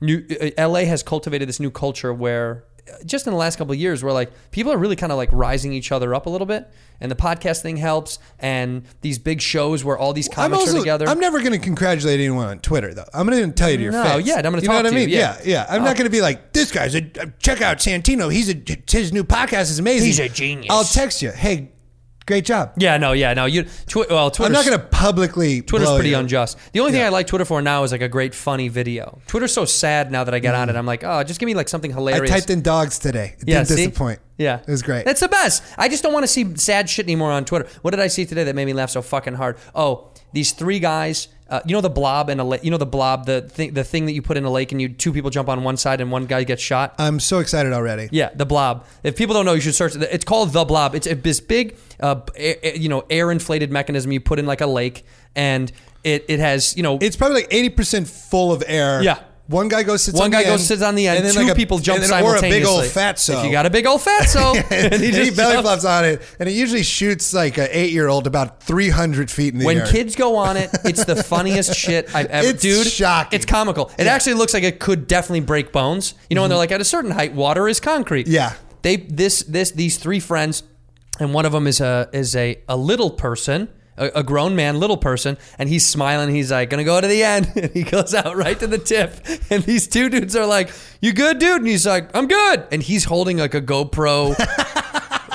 "New uh, L.A. has cultivated this new culture where." uh, Just in the last couple of years, where like people are really kind of like rising each other up a little bit, and the podcast thing helps, and these big shows where all these comics are together. I'm never going to congratulate anyone on Twitter though. I'm going to tell you to your No, Oh, face. yeah, I'm gonna you know talk what to I mean. you, yeah. yeah, I'm not going to be like this guy's a uh, check out Santino. He's a his new podcast is amazing. He's a genius. I'll text you. Hey, great job. Yeah, no, yeah, no. You, tw- well, Twitter's, I'm not going to publicly. Twitter's blow pretty you. unjust. The only thing I like Twitter for now is like a great funny video. Twitter's so sad now that I get on it. I'm like, oh, just give me like something Mm. I hilarious. typed in dogs today. It yeah, didn't see? disappoint. Yeah, it was great. That's the best. I just don't want to see sad shit anymore on Twitter. What did I see today that made me laugh so fucking hard? Oh, these three guys. Uh, you know the blob and a la- you know the blob the thing the thing that you put in a lake and you two people jump on one side and one guy gets shot. I'm so excited already. Yeah, the Blob. If people don't know, you should search. it. It's called the Blob. It's a- this big, uh, air, you know, air inflated mechanism you put in like a lake, and it it has you know It's probably like 80 percent full of air. Yeah. One guy goes sits one on guy the goes end, sits on the end, and then two like a- people jump and then, or a simultaneously. big old fat so. If you got a big old fat so, and, he, just belly jumps. flops on it, and it usually shoots like an eight-year-old about three hundred feet in the When air. kids go on it, it's the funniest shit I've ever. It's Dude, shocking. It's comical. It actually looks like it could definitely break bones. You know, when they're like at a certain height, water is concrete. Mm-hmm. Yeah. They this this these three friends, and one of them is a is a a little person. A, a grown man, little person, and he's smiling. He's like, "Gonna go to the end," and he goes out right to the tip. And these two dudes are like, "You good, dude?" And he's like, "I'm good." And he's holding like a GoPro,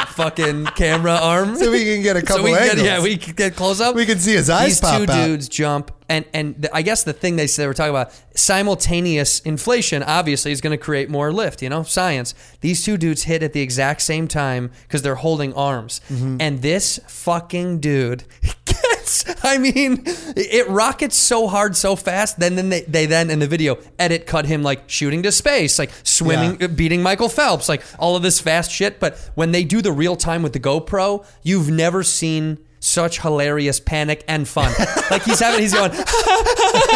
fucking camera arm, So we can get a couple we can get- angles. yeah, we can get close up. We can see his eyes These pop two out. dudes jump, and and the, I guess the thing they said- they were talking about simultaneous inflation obviously is going to create more lift. You know, science. These two dudes hit at the Mm-hmm. exact same time because they're holding arms, and this fucking dude. gets rockets. I mean, it rockets so hard, so fast. Then, then they, they then in the video edit cut him like shooting to space, like swimming, Yeah. beating Michael Phelps, like all of this fast shit. But when they do the real time with the GoPro, you've never seen such hilarious panic and fun. like he's having, he's going,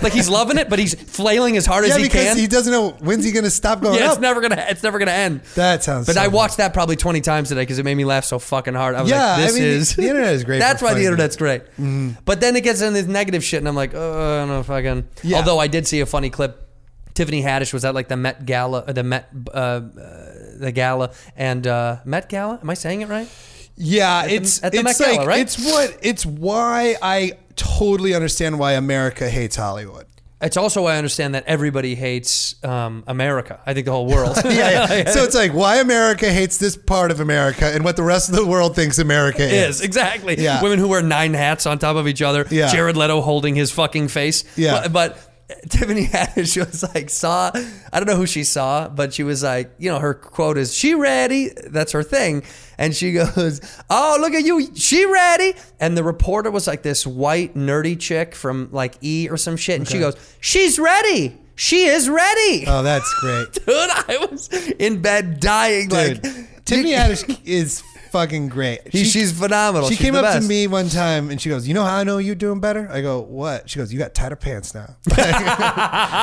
like he's loving it, but he's flailing as hard yeah, as he because can. he doesn't know when's he going to stop going yeah, up. it's never gonna, it's never gonna end. That sounds But so I good. watched that probably 20 times today because it made me laugh so fucking hard. I was Yeah, like, this I mean, is. the internet is great That's for Mm-hmm. why the finding- internet's great. But then it gets in this negative shit, and I'm like, oh, I don't know if I can. Yeah. Although I did see a funny clip. Tiffany Haddish was at like the Met Gala, uh, the Met, uh, uh, the Gala, and uh, Met Gala. Am I saying it right? Yeah, the- it's at the it's Met Gala, like right? it's what it's why I totally understand why America hates Hollywood. It's also why I understand that everybody hates um, America. I think the whole world. Yeah, yeah. so it's like why America hates this part of America and what the rest of the world thinks America is. is exactly Yeah. women who wear nine hats on top of each other. Yeah. Jared Leto holding his fucking face. Yeah. but, but Tiffany Haddish was like saw. I don't know who she saw, but she was like, you know, her quote is "She ready." That's her thing, and she goes, "Oh, look at you, she ready." And the reporter was like this white nerdy chick from like E or some shit, and she goes, "She's ready." She is ready. Oh, that's great, Dude, I was in bed dying. dude. like Tiffany Haddish is fucking great. She- she's phenomenal. She She's came the up to best. me one time and she goes, "You know how I know you're doing better?" I go, "What?" She goes, "You got tighter pants now."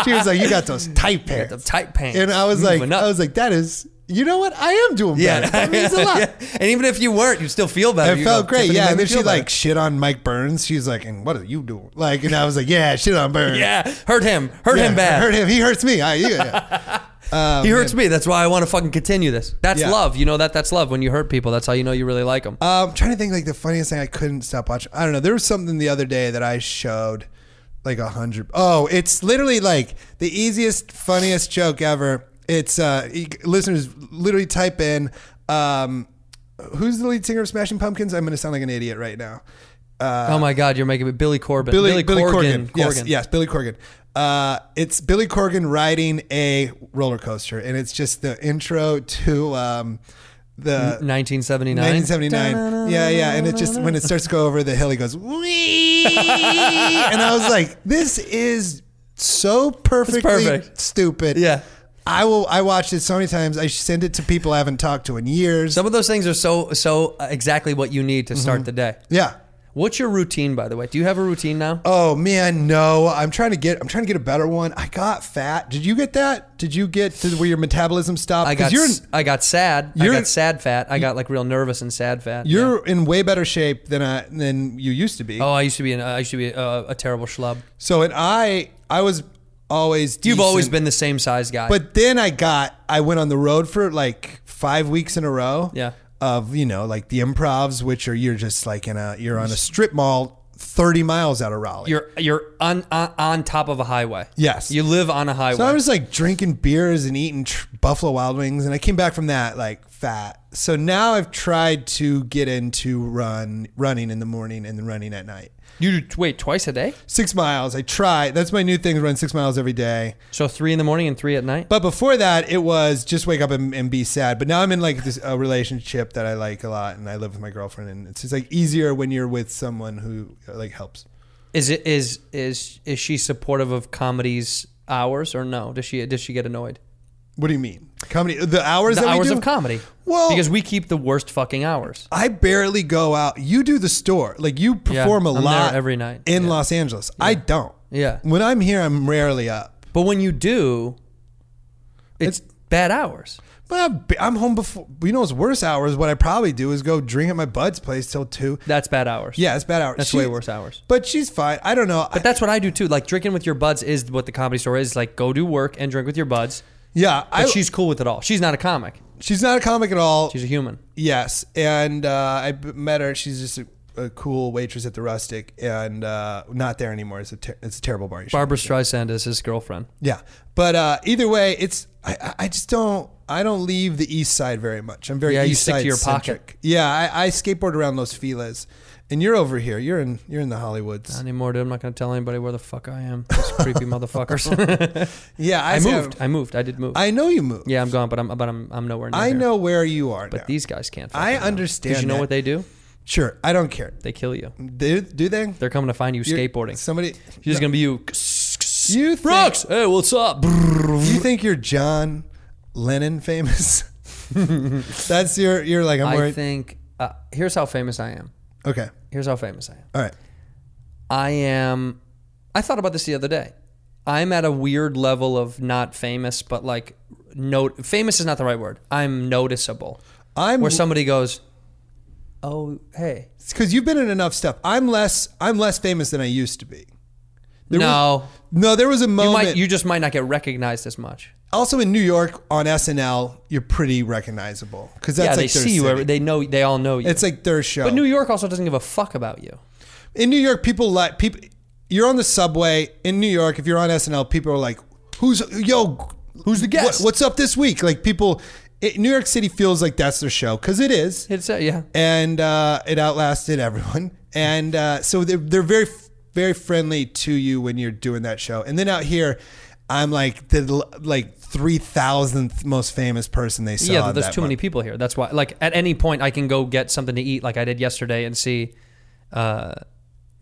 she was like, "You got those tight pants." the tight pants. And I was like, Moving up. I was like, that is, you know what? I am doing Yeah, better. That means a lot. Yeah. And even if you weren't, you still feel better. It You felt go, great. "Tiffany Yeah. made And me then she feel like better." shit on Mike Burns. She's like, and what are you doing? Like, and I was like, yeah, shit on Burns. yeah, hurt him, hurt Yeah, him bad. Hurt him. He hurts me. I, yeah, yeah. he hurts me. That's why I want to fucking continue this. That's Yeah. love. You know that. That's love. When you hurt people, that's how you know you really like them. Um, I'm trying to think like the funniest thing I couldn't stop watching. I don't know. There was something the other day that I showed like a hundred. Oh, it's literally like the easiest, funniest joke ever. It's uh, e- listeners literally type in, um, who's the lead singer of Smashing Pumpkins? I'm going to sound like an idiot right now. oh my God, you're making me Billy Corbin. Billy, Billy Corgan. Yes, Corgan. yes, Billy Corgan. Uh, it's Billy Corgan riding a roller coaster, and it's just the intro to um, the 1979. 1979. Yeah, yeah. And it just, when it starts to go over the hill, he goes, wee. and I was like, this is so perfectly perfect. stupid. Yeah. I will. I watched it so many times. I send it to people I haven't talked to in years. Some of those things are so so uh, exactly what you need to start Mm-hmm. the day. yeah. What's your routine, by the way? Do you have a routine now? Oh man, no. I'm trying to get. I'm trying to get a better one. I got fat. Did you get that? Did you get to where your metabolism stopped? I 'Cause got You're, s- I got sad. I you're- got sad fat. I got like real nervous and sad fat. Yeah. you're in way better shape than I than you used to be. Oh, I used to be an, I used to be a, a terrible schlub. So and I I was always. You've always decent. been the same size guy. But then I got, I went on the road for like five weeks in a row. Yeah. Of you know like the improvs, which are you're just like in a you're on a strip mall thirty miles out of Raleigh. you're you're on, on on top of a highway. Yes. you live on a highway. so I was like drinking beers and eating tr- Buffalo Wild Wings, and I came back from that like fat. So now I've tried to get into run running in the morning and then running at night. you do- wait twice a day, Six miles, I try. That's my new thing: run six miles every day. so three in the morning and three at night. But before that, it was just wake up and, and be sad. But now I'm in like this a relationship that I like a lot, and I live with my girlfriend, and it's just like easier when you're with someone who like helps. Is it is is is she supportive of comedy's hours or no? Does she does she get annoyed? What do you mean? Comedy? The hours? The that hours we do? of comedy. Well- because we keep the worst fucking hours. I barely go out. You do the store. Like you perform a I'm there lot every night. in Yeah. Los Angeles. I don't. Yeah. When I'm here, I'm rarely up. But when you do, it's, bad hours. But I'm- I'm home before. You know, what's worse hours. What I probably do is go drink at my bud's place till two. That's bad hours. Yeah, it's bad hours. That's way worse hours. But she's fine. I don't know. But that's what I do too. Like drinking with your buds is what the comedy store is. Like go do work and drink with your buds. yeah, But I, she's cool with it all. She's not a comic. she's not a comic at all. She's a human. Yes, and uh, I b- met her. She's just a, a cool waitress at the Rustic, and uh, not there anymore. It's a ter- it's a terrible bar. You should- Barbara Streisand is his girlfriend. Yeah, but uh, either way, it's I- I, I just don't I don't leave the East Side very much. I'm very Yeah, you East stick to Side your pocket. centric. Yeah, I, I skateboard around Los Feliz, and you're over here. You're in you're in the Hollywoods. anymore, dude. I'm not gonna tell anybody where the fuck I am. Those creepy motherfuckers. Yeah, I see- moved. I moved. I did move. I know you moved. yeah, I'm gone, but I'm but I'm I'm nowhere near. I here. know where you are. but now. these guys can't. I fucking know. understand 'Cause you know that. what they do? Sure, I don't care. They kill you. Do, do they? They're coming to find you You're- skateboarding. Somebody. She's gonna be you. You think- Brooks. Hey, what's up? Do you think you're John Lennon famous? That's your. You're like I'm I worried. think uh, here's how famous I am. okay. Here's how famous I am. All right. I am. I thought about this the other day. I'm at a weird level of not famous, but like, note famous is not the right word. I'm noticeable. I'm Where somebody goes, "Oh, hey." because you've been in enough stuff. I'm less. I'm less famous than I used to be. There no, Was, no, there was a you moment. might. You just might not get recognized as much. also in New York on SNL, you're pretty recognizable because that's yeah, like they their see you. city. every- They know. They all know you. it's like their show. But New York also doesn't give a fuck about you. in New York, people like people. You're on the subway in New York. If you're on SNL, people are like, "Who's yo? Who's the guest? what's up this week?" Like people, it, New York City feels like that's their show because it is, It's uh, yeah. and uh, it outlasted everyone. And uh, so they're they're very very friendly to you when you're doing that show. And then out here, I'm like the l- like three thousandth most famous person they saw. yeah, there's that too many month. people here. That's why. Like at any point, I can go get something to eat, like I did yesterday, and see uh,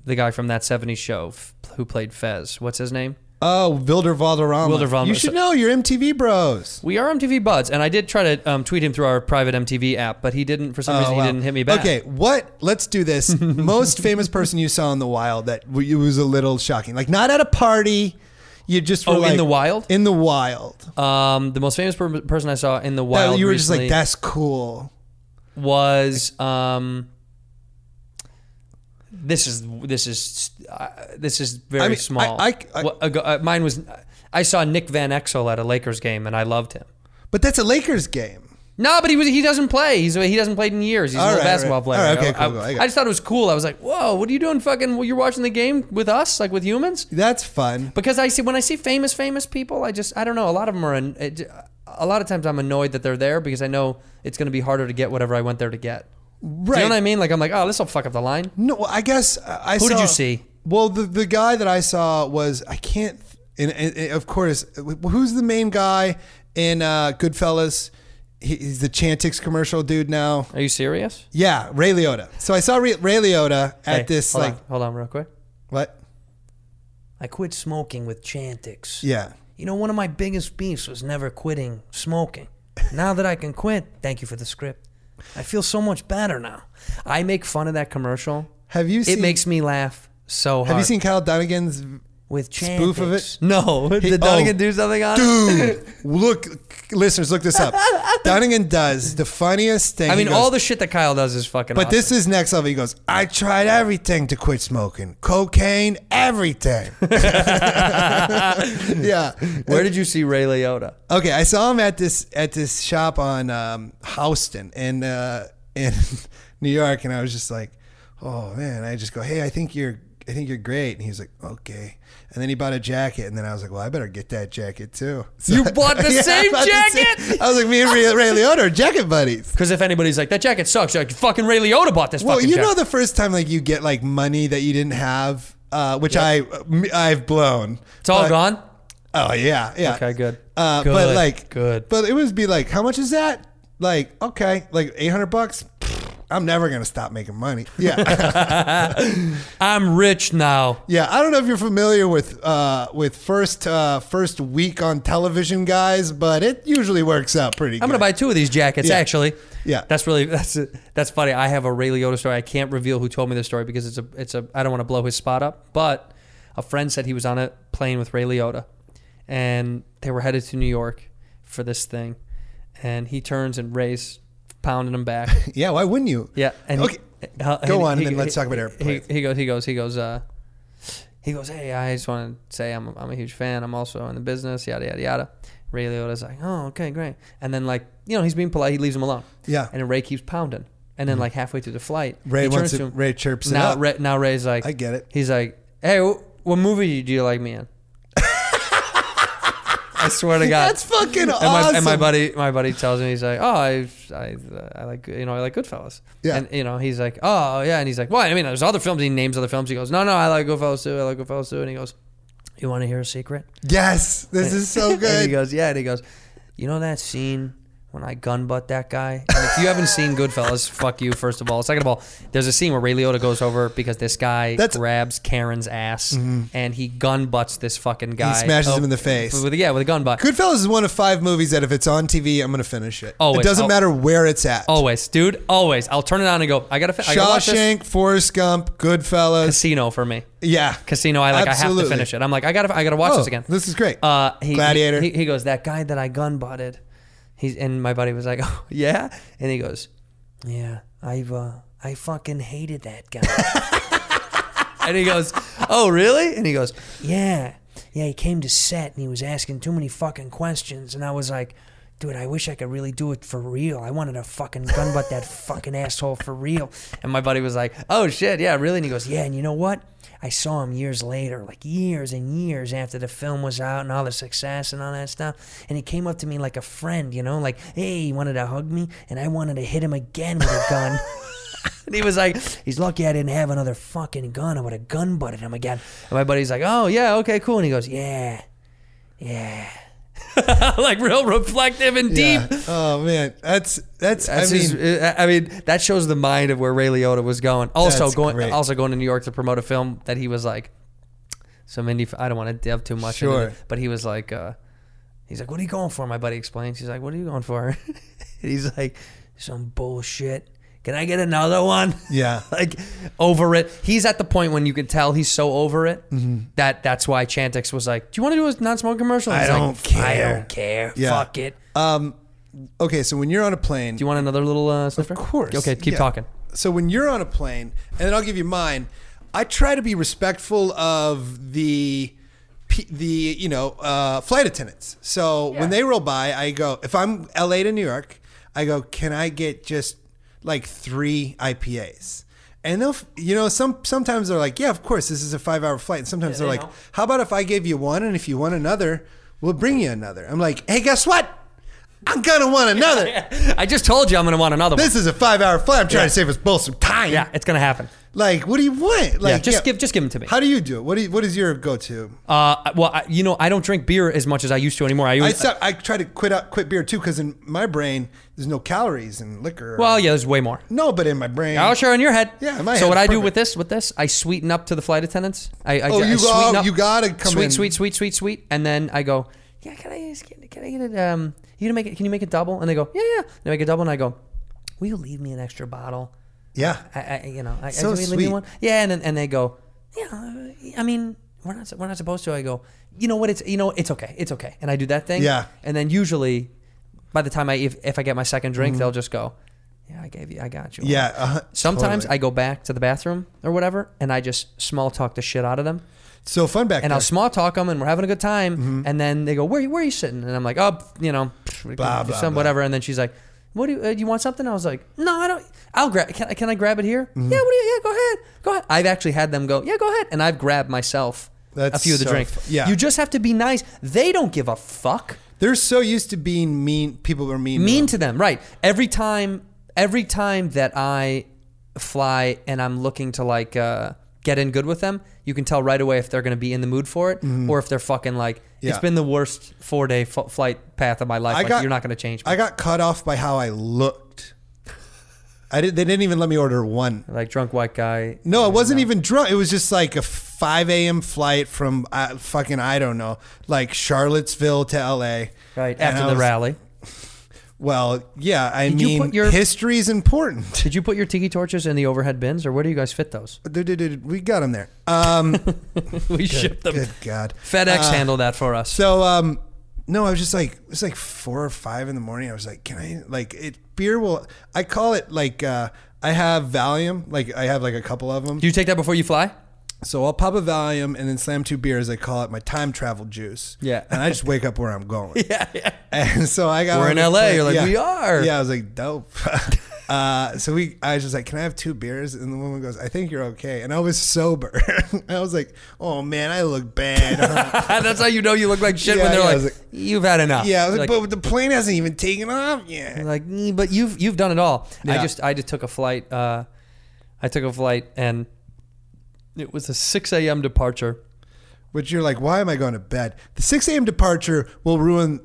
the guy from that '70s show f- who played Fez. What's his name? Oh, Wilder Valderrama. Wilder Valderrama. You should know. You're MTV bros. We are MTV buds, and I did try to um, tweet him through our private MTV app, but he didn't. For some reason, Oh, wow. he didn't hit me back. Okay, what? Let's do this. Most famous person you saw in the wild that w- it was a little shocking. Like not at a party. You just were Oh, in like- the wild? In the wild. Um, the most famous per- person I saw in the That wild you were recently just like, that's cool. was um. This is this is uh, this is very I mean, I- small. I- I- What- uh, go- uh, mine was. I saw Nick Van Exel at a Lakers game, and I loved him. But that's a Lakers game. No, but he was he doesn't play. He's he hasn't played in years. He's All an old right, basketball all right. player. All right, okay, I, cool, cool. I I, got I just thought it was cool. I was like, whoa, what are you doing? Fucking, well, you're watching the game with us, like with humans. That's fun. Because I see when I see famous famous people, I just I don't know. A lot of them are. An, it, a lot of times I'm annoyed that they're there because I know it's going to be harder to get whatever I went there to get. Right. You know what I mean? Like I'm like, oh, this will fuck up the line. No, well, I guess uh, I I Who saw. did you see? Well, the the guy that I saw was I can't. And, and, and of course, who's the main guy in uh, Goodfellas? He, he's the Chantix commercial dude now. Are you serious? Yeah, Ray Liotta. So I saw Ray, Ray Liotta at Hey, this hold like on, hold on, real quick. what? I quit smoking with Chantix. Yeah. You know, one of my biggest beefs was never quitting smoking. Now that I can quit, thank you for the script. I feel so much better now. I make fun of that commercial. Have you It seen- makes me laugh so hard. Have you seen Kyle Dunnigan's with Chantix. spoof of it? No, He- did Dunnigan oh. do something on it? dude? look, listeners, look this up. Dunnigan does the funniest thing. I mean, He goes, all the shit that Kyle does is fucking. But this awesome. is next level. He goes, I tried everything to quit smoking, cocaine, everything. yeah. Where did you see Ray Liotta? Okay, I saw him at this at this shop on um, Houston in uh, in New York, and I was just like, "Oh man!" I just go, "Hey, I think you're I think you're great," and he's like, "Okay." And then he bought a jacket, and then I was like, "Well, I better get that jacket too." So- You bought the I same bought the same- jacket? I was like, "Me and Ray, Ray Liotta are jacket buddies." Because if anybody's like that jacket sucks, you're like fucking Ray Liotta bought this. Well, fucking you jacket. know the first time like you get like money that you didn't have, uh, which I I've blown. it's all But- gone. Oh yeah, yeah. Okay, good. Uh, Good, But like, good. But it would be like, how much is that? Like, okay, like eight hundred bucks. Pfft, I'm never gonna stop making money. Yeah, I'm rich now. yeah. I don't know if you're familiar with uh, with first uh, first week on television guys, but it usually works out pretty. I'm good. gonna buy two of these jackets Yeah. actually. Yeah. that's really that's that's funny. I have a Ray Liotta story. I can't reveal who told me this story because it's a it's a I don't want to blow his spot up. But a friend said he was on a plane with Ray Liotta, and they were headed to New York for this thing, and he turns and Ray's pounding him back. Yeah, why wouldn't you? Yeah. And okay. He, uh, Go he- on, he- and then let's he- talk about He, airplanes. he goes. He goes. He goes. Uh, he goes. Hey, I just want to say I'm I'm a huge fan. I'm also in the business. Yada yada yada. Ray Liotta's like, oh, okay, great. And then like, you know, he's being polite. He leaves him alone. Yeah. Mm-hmm. And then Ray keeps pounding. And then like halfway through the flight, Ray he wants turns to it- him. Ray chirps it Now, up. Ray, now Ray's like, I get it. He's like, hey, wh- what movie do you like me in? I swear to God, That's fucking and my, and my awesome. buddy, my buddy tells me he's like, oh, I, I, I like you know I like Goodfellas. Yeah. And you know he's like, oh yeah, and he's like, why? I mean, there's other films. He names other films. He goes, no, no, I like Goodfellas too. I like Goodfellas too. And he goes, you want to hear a secret? Yes, this is so And he good. goes, yeah. And he goes, you know that scene when I gun butt that guy. And if you haven't seen Goodfellas, fuck you, first of all. Second of all, there's a scene where Ray Liotta goes over because this guy That's- Mm-hmm. grabs Karen's ass and he gun butts this fucking guy. Oh, smashes him in the face. With, yeah, with a gun butt. Goodfellas is one of five movies that if it's on TV, I'm going to finish it. Always. it doesn't Al- matter where it's at. Always, dude. Always. I'll turn it on and go, I gotta, fi- I gotta watch this. Shawshank, Forrest Gump, Goodfellas. Casino for me. yeah, Casino, I like. I have Absolutely. to finish it. I'm like, I gotta, I gotta watch Oh, this again. this is great. Uh, he, Gladiator. He, he goes, that guy that I gun butted. He's and my buddy was like, oh yeah, and he goes, yeah, I've, uh, I fucking hated that guy. and he goes, oh really? And he goes, yeah, yeah. He came to set and he was asking too many fucking questions, and I was like. Dude, I wish I could really do it for real. I wanted to fucking gun butt that fucking asshole for real. And my buddy was like, "Oh shit, yeah, really?" And he goes, "Yeah." And you know what? I saw him years later, like years and years after the film was out and all the success and all that stuff. And he came up to me like a friend, you know, like, hey, he wanted to hug me, and I wanted to hit him again with a gun. and he was like, he's lucky I didn't have another fucking gun. I would have gun butted him again. And my buddy's like, oh, yeah, okay, cool. And he goes, yeah, yeah. like real reflective and Yeah. deep. Oh man, that's that's. That's I mean, his- uh, I mean, that shows the mind of where Ray Liotta was going. Also That's going, great. also going to New York to promote a film that he was like, some indie. f- I don't want to delve too much Sure. into it, but he was like, uh, he's like, what are you going for? My buddy explains. He's like, what are you going for? And he's like, some bullshit. Can I get another one? Yeah. like over it. He's at the point when you can tell he's so over it Mm-hmm. that that's why Chantix was like, do you want to do a non-smoking commercial? I He's like, don't I care." don't care. Yeah. Fuck it. okay, so when you're on a plane, Do you want another little uh, sniffer? Of course. Okay, keep Yeah. talking. So when you're on a plane, and then I'll give you mine. I try to be respectful of the pe- the you know uh, flight attendants. So when they roll by, I go. If I'm LA to New York, I go. Can I get just like three IPAs? And they'll, f- you know, some sometimes they're like, yeah, of course, this is a five hour flight. And sometimes they're like, how about if I gave you one, and if you want another, we'll bring you another. I'm like, hey, guess what? I'm gonna want another. I just told you I'm going to want another one. This is a five hour flight. I'm trying to save us both some time. Yeah, it's going to happen. Like, what do you want? Like, yeah, just give just give them to me. How do you do it? What do you, What is your go to? uh, well, I, you know, I don't drink beer as much as I used to anymore. I, uh, I used, stop, I try to quit out quit beer too because in my brain there's no calories in liquor. well, yeah, there's way more. no, but in my brain, Oh, sure, in your head. Yeah, in my so head, what I do perfect. with this, with this, I sweeten up to the flight attendants. I, I, Oh, I you go- sweeten up. you gotta come sweet, in. sweet, sweet, sweet, sweet, and then I go, yeah, can I just get, can I get it? Um, you gonna make it? Can you make it double? And they go, yeah, yeah. And I make it double, and I go, will you leave me an extra bottle? yeah. I, I you know, I, So I, leave me sweet. one. Yeah, and then, and they go, yeah. I mean, we're not we're not supposed to. I go, you know what? It's you know, it's okay, it's okay. And I do that thing. Yeah. And then usually, by the time I if, if I get my second drink, they'll just go, yeah, I gave you, I got you. Mm-hmm. Yeah, uh-huh, Sometimes totally. I go back to the bathroom or whatever, and I just small talk the shit out of them, So fun back and there. I'll small talk them, and we're having a good time. Mm-hmm. And then they go, "Where, you- where are you sitting?" And I'm like, "Oh, you know, pff, Blah, blah, some blah. whatever." And then she's like, "What do you, uh, you want something?" I was like, "No, I don't. I'll grab. Can, I- can I grab it here? Mm-hmm. Yeah, what do you? Yeah, go ahead. Go ahead." I've actually had them go, "Yeah, go ahead," and I've grabbed myself a That's few of the so drinks. fu- yeah. you just have to be nice. They don't give a fuck they're so used to being mean. People are mean. mean To to them right every time every time that i fly and i'm looking to like uh, get in good with them you can tell right away if they're going to be in the mood for it or if they're fucking like Mm-hmm. Yeah. it's been the worst four day f- flight path of my life I like, got. you're not going to change me. I got cut off by how I looked. I did. They didn't even let me order one. like drunk white guy No, it wasn't even drunk. It was just like a 5 a.m. flight from uh, fucking, I don't know, like Charlottesville to LA. right And after I the was- rally Well, yeah, I Did you mean, put your- history is important. did you put your tiki torches in the overhead bins or where do you guys fit those Dude, dude, dude, We got him there. Um, we shipped them good God. fedex Uh, handled that for us So, um, no, I was just like, it was like four or five in the morning. I was like, can I, like, it, beer will, I call it like, uh, I have Valium, like I have like a couple of them. do you take that before you fly So I'll pop a Valium and then slam two beers. I call it my time travel juice. Yeah. And I just wake up where I'm going. yeah, yeah. And so I got. We're in on the LA. plane. You're like, "We are." Yeah, I was like, dope. uh, so we, I was just like, can I have two beers? And the woman goes, I think you're okay. And I was sober. I was like, oh man, I look bad. that's how you know you look like shit Yeah, when they're yeah, I like, was like- you've had enough yeah, I was You're like, but the plane hasn't even taken off yet. like "Mm, but you've you've done it all Yeah. i just i just took a flight uh i took a flight and it was a 6 a.m departure But you're like, why am I going to bed? The 6 a.m. departure will ruin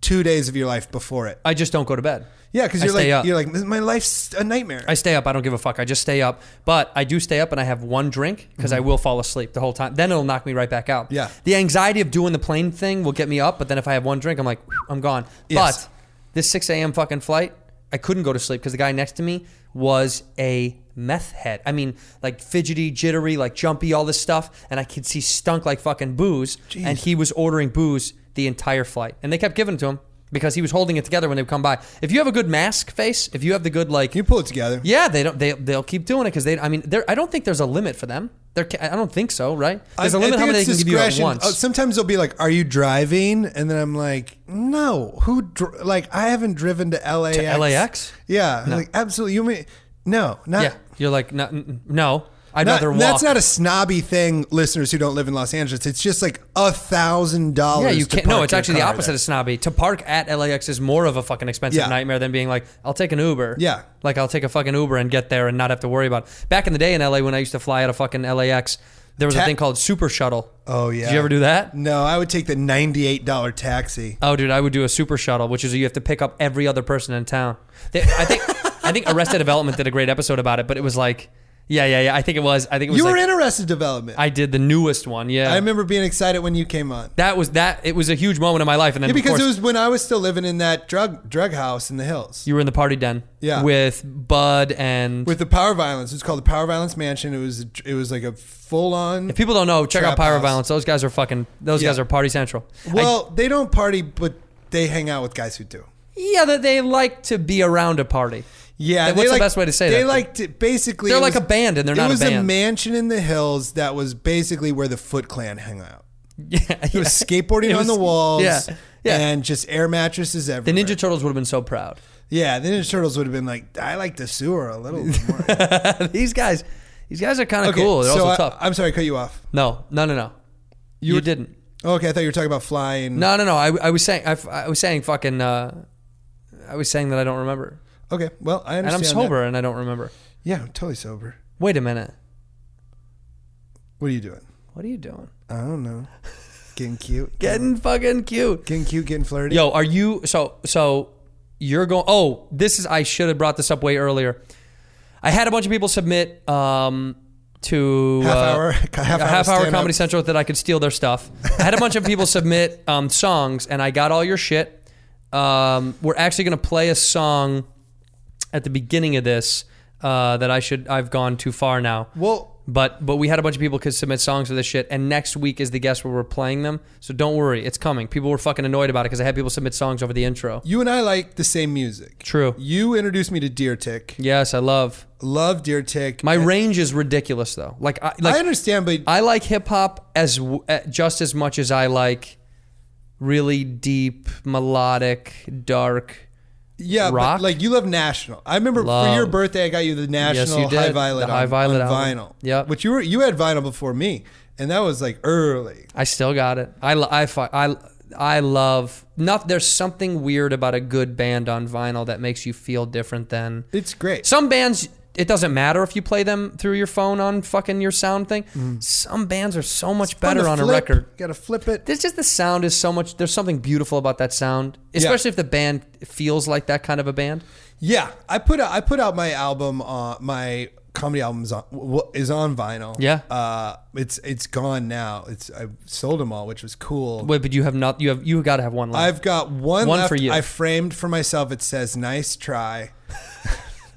two days of your life before it. I just don't go to bed. Yeah, because I you're stay like up. you're like my life's a nightmare. I stay up. I don't give a fuck. I just stay up. But I do stay up and I have one drink because I will fall asleep the whole time. Then it'll knock me right back out. Mm-hmm. Yeah. The anxiety of doing the plane thing will get me up. But then if I have one drink, I'm like, "Whew, I'm gone. Yes. But this 6 a.m. fucking flight, I couldn't go to sleep because the guy next to me was a meth head. I mean, like fidgety, jittery, like jumpy, all this stuff. And I could see stunk like fucking booze. And he was ordering booze the entire flight. And they kept giving it to him. Because he was holding it together when they would come by. If you have a good mask face, if you have the good like you pull it together. yeah, they don't. They they'll keep doing it because they. I mean, there. I don't think there's a limit for them. There. ca- I don't think so. Right? There's a I- I limit how think many they it's can give you at discretion. once. Oh, sometimes they'll be like, "Are you driving?" And then I'm like, "No, who? Dr-? Like, I haven't driven to LAX. LAX? Yeah, like absolutely. You mean no? Not yeah, you're like no, n- no. I'd not- rather walk. that's not a snobby thing, listeners who don't live in Los Angeles. It's just like a thousand dollars. Yeah, you to can't. No, park it's your actually the car opposite there. of snobby. To park at LAX is more of a fucking expensive Yeah. nightmare than being like, I'll take an Uber. Yeah. Like I'll take a fucking Uber and get there and not have to worry about. It. Back in the day in LA when I used to fly out of fucking LAX, there was a Ta- thing called Super Shuttle. Oh yeah. Did you ever do that? No, I would take the ninety-eight dollar taxi. Oh, dude, I would do a super shuttle, which is you have to pick up every other person in town. They, I think I think Arrested Development did a great episode about it, but it was like, yeah, yeah, yeah. I think it was. I think it was. You were like- in Arrested Development. I, I did the newest one. Yeah, remember being excited when you came on. that was that. It was a huge moment in my life, and then Yeah, of because it course, was when I was still living in that drug drug house in the hills. you were in the party den. Yeah. with Bud and. with the power violence. It's called the Power Violence Mansion. It was it was like a full on. if people don't know, check out Trap Pyro House. Violence. Those guys are fucking. Those Yeah. guys are party central. I- well, they don't party, but they hang out with guys who do. yeah, that they like to be around a party. Yeah, Then they what's the like- best way to say they that? liked it. Basically, They're it like was- a band and they're not It a was a band. mansion in the hills that was basically where the Foot Clan hung out. Yeah, It was skateboarding on the walls. Yeah, yeah. and just air mattresses the everywhere. Ninja Turtles would have been so proud. yeah, the Ninja Turtles would have been like, I like the sewer a little more. these guys, these guys are kind of Okay, cool. They're so also I, tough. I'm sorry, I cut you off. No, no, no, no. You, didn't. Okay, I thought you were talking about flying. No, no, no. I, I was saying, I, I was saying, fucking. Uh, I was saying that I don't remember, Okay, well, I and understand. I'm that. sober, and I don't remember. Yeah, I'm totally sober. Wait a minute. What are you doing? What are you doing? I don't know. Getting cute. Getting fucking cute. getting cute, getting flirty. Yo, are you so so? You're going. Oh, this is. I should have brought this up way earlier. I had a bunch of people submit um, to half uh, hour, half hour, a half hour stand-up. Comedy Central that I could steal their stuff. I had a bunch of people submit um, songs, and I got all your shit. Um, we're actually going to play a song at the beginning of this uh, that I should. I've gone too far now. Well, But but we had a bunch of people could submit songs for this shit, and next week is the guest where we're playing them. So don't worry, it's coming. People were fucking annoyed about it because I had people submit songs over the intro. you and I like the same music. True. You introduced me to Deer Tick. Yes, I love. Love Deer Tick. My And range is ridiculous though. Like I like I understand, but I like hip hop as w- uh, just as much as I like really deep, melodic, dark. yeah, but, rock? like you love National. I remember Love. for your birthday, I got you the National you did. High Violet, The High on- Violet on album. vinyl. Yep. which you were you had vinyl before me, and that was like early. I still got it. I lo- I fi- I I love not. There's something weird about a good band on vinyl that makes you feel different than It's great. some bands. It doesn't matter if you play them through your phone on fucking your sound thing. Some bands are so much Mm. Fun to better on a flip. record. Got to flip it. There's just the sound is so much. There's something beautiful about that sound, especially if the band feels like that kind of a band. Yeah, I put out, I put out my album. Uh, my comedy album is on, w- is on vinyl. Yeah. uh, it's it's gone now. It's I sold them all, which was cool. Wait, but you have not. You have you got to have one left. I've got one, One left for you. I framed for myself. It says "Nice try."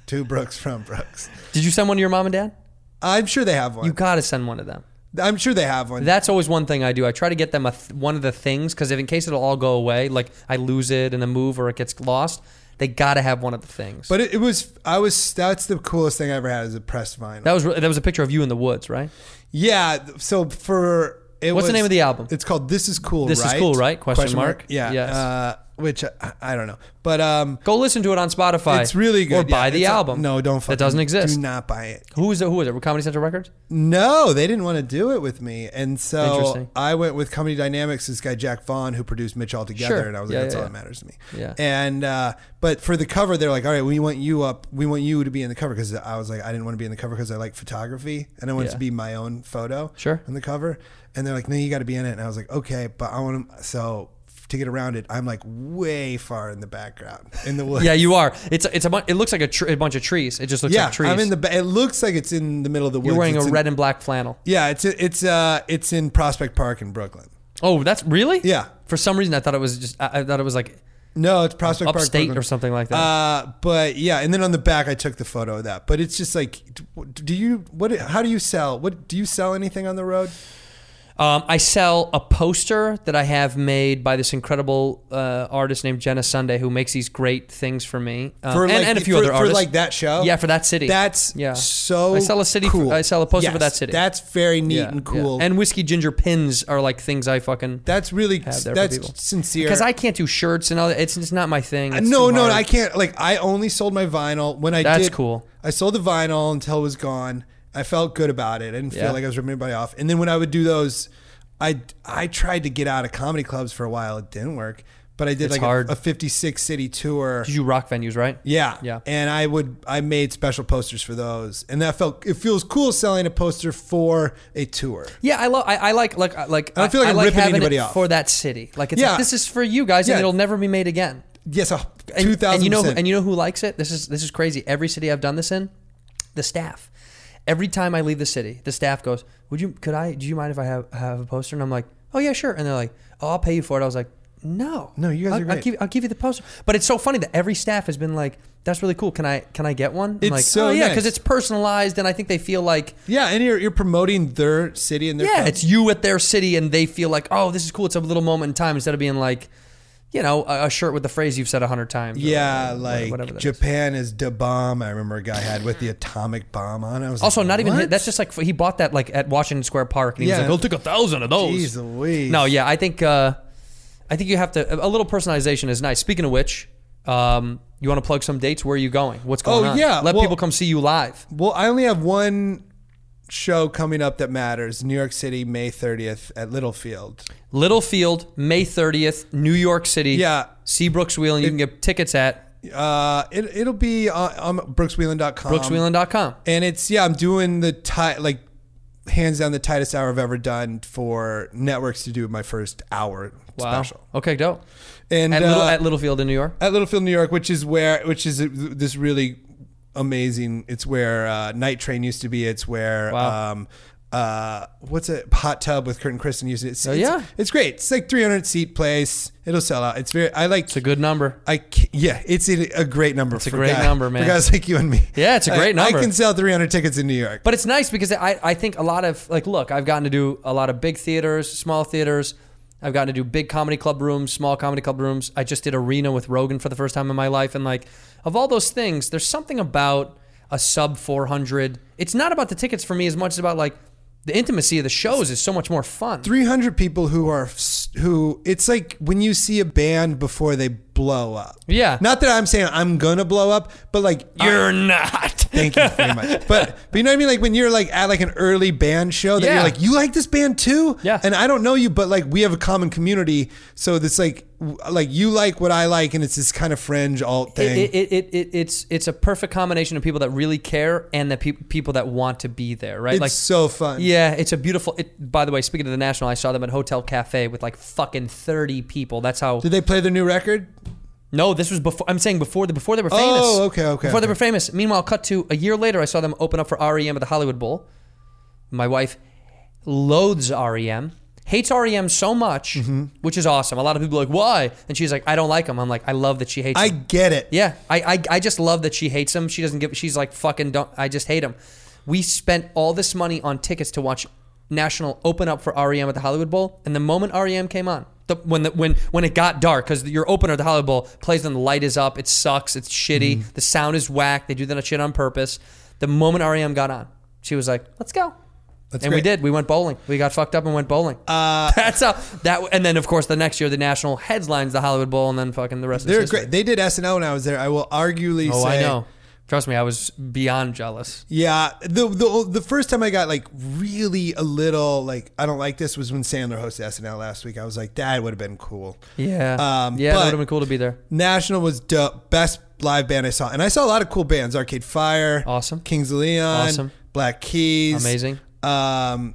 to Brooks from Brooks. Did you send one to your mom and dad? I'm sure they have one. You got to send one to them. I'm sure they have one. That's always one thing I do. I try to get them a th- one of the things because if in case it'll all go away, like I lose it in a move or it gets lost, they got to have one of the things. but it, it was I was that's the coolest thing I ever had is a pressed vinyl. that was re- that was a picture of you in the woods, right? yeah. So for it What's the was- name of the album? It's called "This Is Cool." This Is right? Cool, Right? Question mark? Yeah. Yes. Uh, which I, I don't know, but um, Go listen to it on Spotify. It's really good. Or buy yeah. the It's a- album. no, don't. That fucking- doesn't exist. Do not buy it. Who is it? Who is it? Comedy Central Records. No, they didn't want to do it with me, and Interesting. so I went with Comedy Dynamics. This guy Jack Vaughn, who produced Mitch altogether, Sure. and I was Yeah, like, that's yeah, all yeah. that matters to me. Yeah. And uh, but for the cover, they're like, all right, we want you up. We want you to be in the cover because I was like, I didn't want to be in the cover because I like photography and I wanted it Yeah. to be my own photo. Sure. On the cover, and they're like, no, you got to be in it, and I was like, okay, but I want to. So to get around it, I'm like way far in the background in the woods. Yeah, you are. It's a, it's a bu- it looks like a, tr- a bunch of trees. It just looks yeah. like trees. I'm in the. Ba- it looks like it's in the middle of the woods. You're wearing a It's in- red and black flannel. Yeah, it's it's uh it's in Prospect Park in Brooklyn. Oh, that's really? Yeah. For some reason, I thought it was just. I, I thought it was like No, it's Prospect Park, upstate Brooklyn. or something like that. Uh, but yeah, and then on the back, I took the photo of that. But it's just like, do you what? How do you sell? What do you sell anything on the road? Um, I sell a poster that I have made by this incredible uh, artist named Jenna Sunday, who makes these great things for me, Um, For, and, like, and a few for- other for, artists. like, that show? Yeah, for that city. That's yeah. so. I sell a city. Cool. I sell a poster for Yes, that city. That's very neat Yeah, and yeah. cool. And whiskey ginger pins are like things I fucking that's really have there for people. that's sincere. because I can't do shirts and all that. It's, it's not my thing. Uh, It's no, too no, hard. I can't. Like, I only sold my vinyl when I That's did. cool. I sold the vinyl until it was gone. I felt good about it. I didn't Yeah. feel like I was ripping anybody off. And then when I would do those, I I tried to get out of comedy clubs for a while. It didn't work. But I did It's like hard. A, a 56 city tour. You do rock venues, right? Yeah. Yeah. And I would I made special posters for those. And that felt it feels cool selling a poster for a tour. Yeah, I love. I, I like like like. I don't feel like I'm like ripping having anybody it off. for that city. Like it's Yeah. like, this is for you guys, Yeah. and it'll never be made again. Yes, a And- two thousand. And you know, who- and you know who likes it. This is this is crazy. Every city I've done this in, the staff. Every time I leave the city, the staff goes, "Would you? Could I? Do you mind if I have have a poster?" And I'm like, "Oh yeah, sure." And they're like, "Oh, I'll pay you for it." I was like, "No, No, you guys I'll, are I'll great." give I'll give you the poster." But it's so funny that every staff has been like, "That's really cool. Can I can I get one?" I'm It's like, so "Oh yeah," nice. because it's personalized, and I think they feel like yeah, and you're you're promoting their city and their yeah, club. it's you at their city, and they feel like, oh, this is cool. It's a little moment in time instead of being like, you know, a, a shirt with the phrase you've said a hundred times. or Yeah, whatever- like whatever that is. Japan is da bomb. I remember a guy had with the atomic bomb on. I was Also, like, not even "What?" his, that's just like he bought that like at Washington Square Park, and he Yeah. was like, "I'll take a thousand of those." Jeez Louise. No, yeah, I think uh, I think you have to. A little personalization is nice. Speaking of which, um, you want to plug some dates? Where are you going? What's going Oh, on? yeah, let well- people come see you live. Well, I only have one show coming up that matters. New York City, May thirtieth at Littlefield. Littlefield, May thirtieth, New York City. Yeah. Seabrooks Wheel, and you can get tickets at Uh, it it'll be on, on brookswheeland.com. brookswheeland.com. And it's yeah, I'm doing the ti- like hands down the tightest hour I've ever done for networks to do my first hour Wow. special. Okay, dope. And At, Little, uh, at Littlefield in New York. at Littlefield, New York, which is where, which is uh, this really amazing. It's where uh, Night Train used to be. It's where. Wow. Um, uh, what's a hot tub with Kurt and Kristen used it? It's, Oh, it's- yeah. it's great. It's like 300 seat place. It'll sell out. It's very. I like. It's a good number. I ca- yeah, it's a a great number. It's a great number, man. For guys like you and me. Yeah, it's a great I- number. I can sell 300 tickets in New York. But it's nice because I, I think a lot of like look, I've gotten to do a lot of big theaters, small theaters. I've gotten to do big comedy club rooms, small comedy club rooms. I just did arena with Rogan for the first time in my life, and like of all those things, there's something about a sub 400. It's not about the tickets for me as much as about like the intimacy of the shows is so much more fun. 300 people who are who it's like when you see a band before they blow up. Yeah. Not that I'm saying I'm gonna blow up, but like You're not. Thank you very much. But but you know what I mean? Like when you're like at like an early band show that Yeah. you're like, you like this band too? Yeah. And I don't know you, but like we have a common community. So it's like w- like you like what I like and it's this kind of fringe alt thing. It, it, it, it, it's it's a perfect combination of people that really care and the peop people that want to be there, right? it's so fun. yeah, it's a beautiful. It, by the way, speaking of the national, I saw them at Hotel Cafe with like fucking thirty people. That's how. Did they play their new record? no, this was before. I'm saying before the before they were famous. Oh, okay, okay, Before they okay. were famous. Meanwhile, cut to a year later, I saw them open up for REM at the Hollywood Bowl. My wife loathes REM. Hates REM so much, Mm-hmm. which is awesome. A lot of people are like, why? And she's like, I don't like them. I'm like, I love that she hates I them. get it. Yeah, I, I I just love that she hates him. She doesn't give. She's like fucking don't. I just hate him. We spent all this money on tickets to watch National open up for REM at the Hollywood Bowl, and the moment REM came on, the, when the, when when it got dark, because your opener at the Hollywood Bowl plays when the light is up, it sucks, it's shitty, Mm-hmm. the sound is whack. They do that shit on purpose. The moment REM got on, she was like, "Let's go." and we great. did. We went bowling. We got fucked up and went bowling. Uh, That's how that. And then, of course, the next year, the national headlines the Hollywood Bowl, and then fucking the rest. They're is history. great. They did SNL when I was there. I will arguably Oh, say I know. Trust me, I was beyond jealous. Yeah, the the the first time I got like really a little like I don't like this was when Sandler hosted SNL last week. I was like, that would have been cool. Yeah. Um, yeah, but- that would have been cool to be there. National was dope. Best live band I saw, and I saw a lot of cool bands: Arcade Fire, Awesome. Kings of Leon, Awesome. Black Keys, Amazing. Um,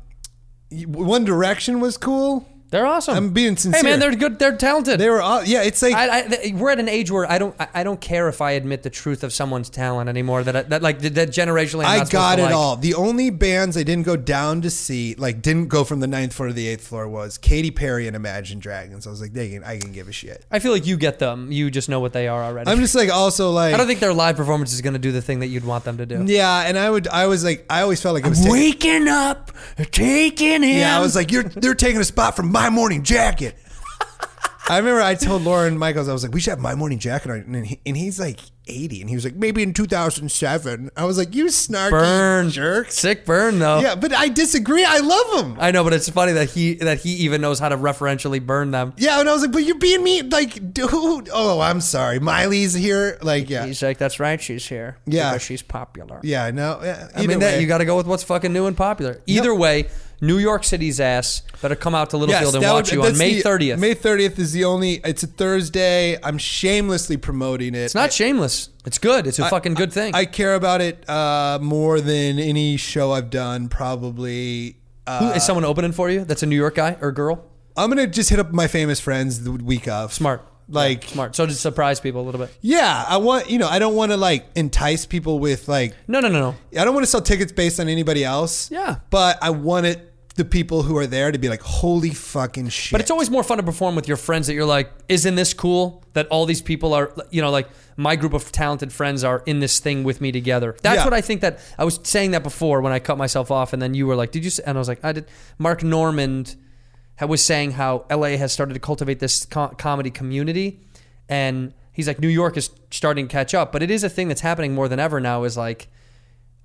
One Direction was cool. They're awesome. I'm being Hey sincere. man, they're good. They're talented. They were all yeah. It's like I, I, th- we're at an age where I don't I, I don't care if I admit the truth of someone's talent anymore. That I- that like that generationally, I'm I not supposed got to it like. all. The only bands I didn't go down to see, like didn't go from the ninth floor to the eighth floor, was Katy Perry and Imagine Dragons. I was like, they can, I can give a shit. I feel like you get them. You just know what they are already. I'm just like also like I don't think their live performance is going to do the thing that you'd want them to do. yeah. And I would I was like I always felt like it was taking- Waking up, taking him. yeah. I was like you're they're taking a spot from My Morning Jacket. I remember I told Lauren Michaels I was like we should have My Morning Jacket on, and, he, and he's like 80, and he was like maybe in 2007. I was like you snarky burn jerks. Sick burn though. Yeah, but I disagree. I love him. I know, but it's funny that he that he even knows how to referentially burn them. Yeah, and I was like, but you're being mean, like, dude. Oh, I'm sorry, Miley's here. Like, yeah, He's like, that's right, she's here. Yeah. because she's popular. yeah, no. Yeah, I mean, that, you got to go with what's fucking new and popular. Either way, New York City's ass better come out to Littlefield and watch you on May 30th. May 30th is the only. It's a Thursday. I'm shamelessly promoting it. it's not shameless. It's good. It's a fucking good thing. I care about it uh, more than any show I've done. Probably. Uh, Who, is someone opening for you? That's a New York guy or girl? I'm gonna just hit up my famous friends the week of. Smart. Like, Smart. So to surprise people a little bit. yeah, I want you know, I don't want to like entice people with like No, no, no, no. I don't want to sell tickets based on anybody else. Yeah. But I want it the people who are there to be like, holy fucking shit. But it's always more fun to perform with your friends that you're like, isn't this cool? That all these people are, you know, like my group of talented friends are in this thing with me together. That's Yeah. what I think that I was saying that before when I cut myself off, and then you were like, did you? s- And I was like, I did. Mark Normand ha- was saying how LA has started to cultivate this co- comedy community, and he's like, New York is starting to catch up, but it is a thing that's happening more than ever now. Is like,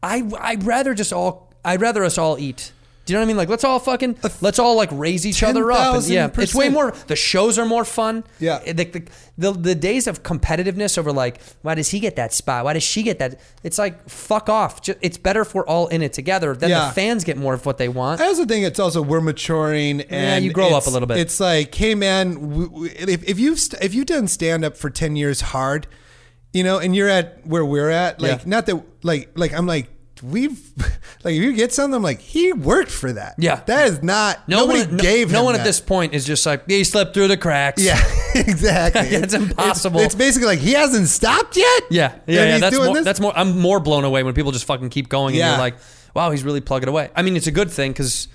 I I'd rather just all I'd rather us all eat. Do you know what I mean? Like let's all fucking let's all like raise each other up. And, yeah, it's way 10,000%. more. The shows are more fun. Yeah. It- the, the, the the days of competitiveness over like why does he get that spot? Why does she get that? It's like fuck off. Ju- It's better if we're all in it together. Then Yeah. the fans get more of what they want. I also think it's also we're maturing and you grow up it's- a little bit. It's like, hey man, w- w- if, if you've st- if you've done stand up for ten years hard, you know, and you're at where we're at, like Yeah. not that like like I'm like we've like if you get something, I'm like he worked for that. Yeah. that is not nobody one, gave no, him one that. at this point is just like he slipped through the cracks. Yeah, exactly. It's impossible. It's, basically like he hasn't stopped yet. Yeah, yeah, And yeah. he's That's doing more, this? that's more. I'm more blown away when people just fucking keep going, and Yeah. you're like, "Wow, he's really plugging away." I mean, it's a good thing because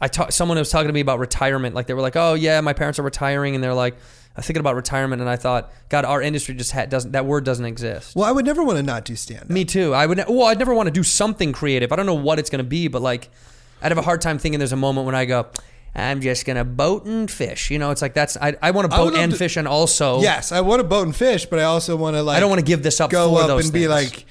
I talk, someone was talking to me about retirement. Like they were like, "Oh yeah, my parents are retiring," and they're like, "I'm thinking about retirement," and I thought, "God, our industry just ha- doesn't that word doesn't exist." Well, I would never want to not do stand up. Me too. I would. Ne- well, I'd never want to do something creative. I don't know what it's going to be, but like, I'd have a hard time thinking. There's a moment when I go. I'm just gonna boat and fish. You know, it's like that's I, I want to I would boat love and to- fish and also Yes, I want to boat and fish, but I also want to like. I don't wanna give this up Go for up those and be things. like,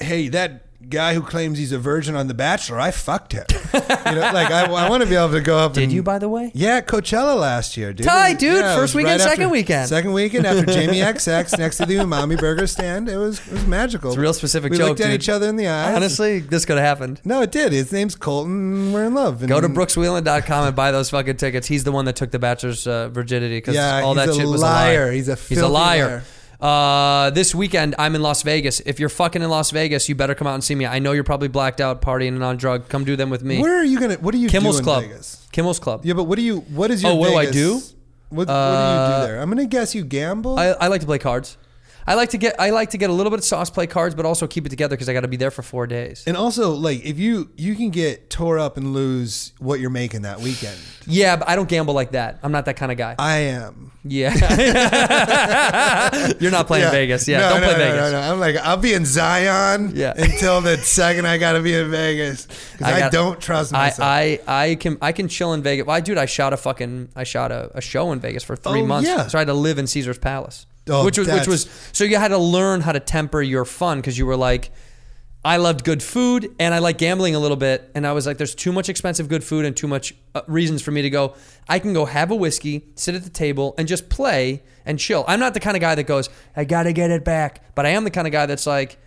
hey, that guy who claims he's a virgin on The Bachelor, I fucked him. you know, like I, I want to be able to go up. Did and, you, by the way? Yeah, Coachella last year, dude. Tight, It was- dude. it First was weekend, second after- weekend. Second weekend after Jamie XX next to the Umami Burger stand. It was it was magical. It's a real specific We joke, looked at dude. each other in the eyes. Honestly, this could have happened. No, it did. His name's Colton. We're in love. Go to And- brookswheeland.com and buy those fucking tickets. He's the one that took the bachelor's uh, virginity because Yeah, all he's that a shit was a liar. lie. He's a he's a filthy liar. Uh, this weekend I'm in Las Vegas. If you're fucking in Las Vegas, you better come out and see me. I know you're probably blacked out, partying and on drug. Come do them with me. Where are you gonna? What do you Kimmel's do in Club. Vegas? Kimmel's Club. Yeah, but what do you? What is your? Oh, what do I Vegas- do? Uh, What, what do you do there? I'm gonna guess you gamble. I, I like to play cards. I like to get I like to get a little bit of sauce, play cards, but also keep it together because I got to be there for four days. and also, like, if you you can get tore up and lose what you're making that weekend. Yeah, but I don't gamble like that. I'm not that kind of guy. I am. yeah, you're not playing Yeah. Vegas. Yeah, No, don't no, play no, Vegas. No, no. I'm like, I'll be in Zion Yeah. until the second I gotta be in Vegas because I, got- don't trust I, myself. I I can I can chill in Vegas. Why, dude? I shot a fucking I shot a, a show in Vegas for three Oh, months. yeah. So I had to live in Caesar's Palace, Oh, which was which that's- was so you had to learn how to temper your fun because you were like. I loved good food and I like gambling a little bit. And I was like, there's too much expensive good food and too much uh, reasons for me to go. I can go have a whiskey, sit at the table, and just play and chill. I'm not the kind of guy that goes, I got to get it back. But I am the kind of guy that's like,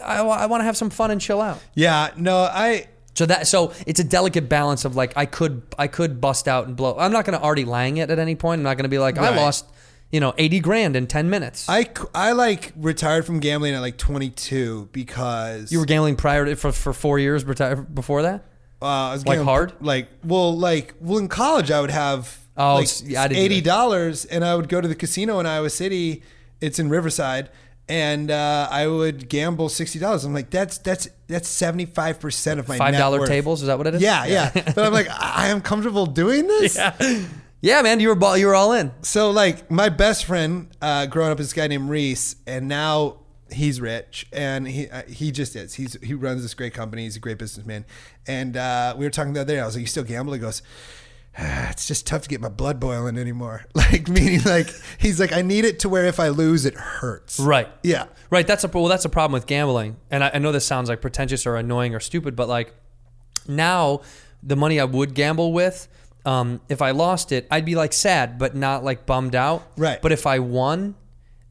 I, want to have some fun and chill out. yeah, no, I. So that so it's a delicate balance of like I could I could bust out and blow. I'm not going to Artie Lang it at any point. I'm not going to be like I Right. lost, you know, eighty grand in ten minutes. I, c- I, like retired from gambling at like 22 because you were gambling prior to, for for four years beti- before that. Uh, I was Like gambling- hard? Like well, like well, in college I would have Oh, like s- yeah, I didn't do eighty dollars, and I would go to the casino in Iowa City. It's in Riverside, and uh, I would gamble sixty dollars. I'm like, that's that's that's seventy five percent of my Five dollar net worth. tables. Is that what it is? Yeah, yeah. but I'm like, I I am comfortable doing this. Yeah, man. You were ball, you were all in. So like my best friend uh, growing up is this guy named Reese, and now he's rich, and he uh, he just is. He's he runs this great company. He's a great businessman, and uh, we were talking the other day. and I was like, "You still gamble?" He goes. "Ah, It's just tough to get my blood boiling anymore. Like meaning, like he's like, I need it to where if I lose, it hurts. Right. Yeah. Right. That's a well. That's a problem with gambling. And I, I know this sounds like pretentious or annoying or stupid, but like now, the money I would gamble with, um, if I lost it, I'd be like sad, but not like bummed out. Right. Mm-hmm. But if I won.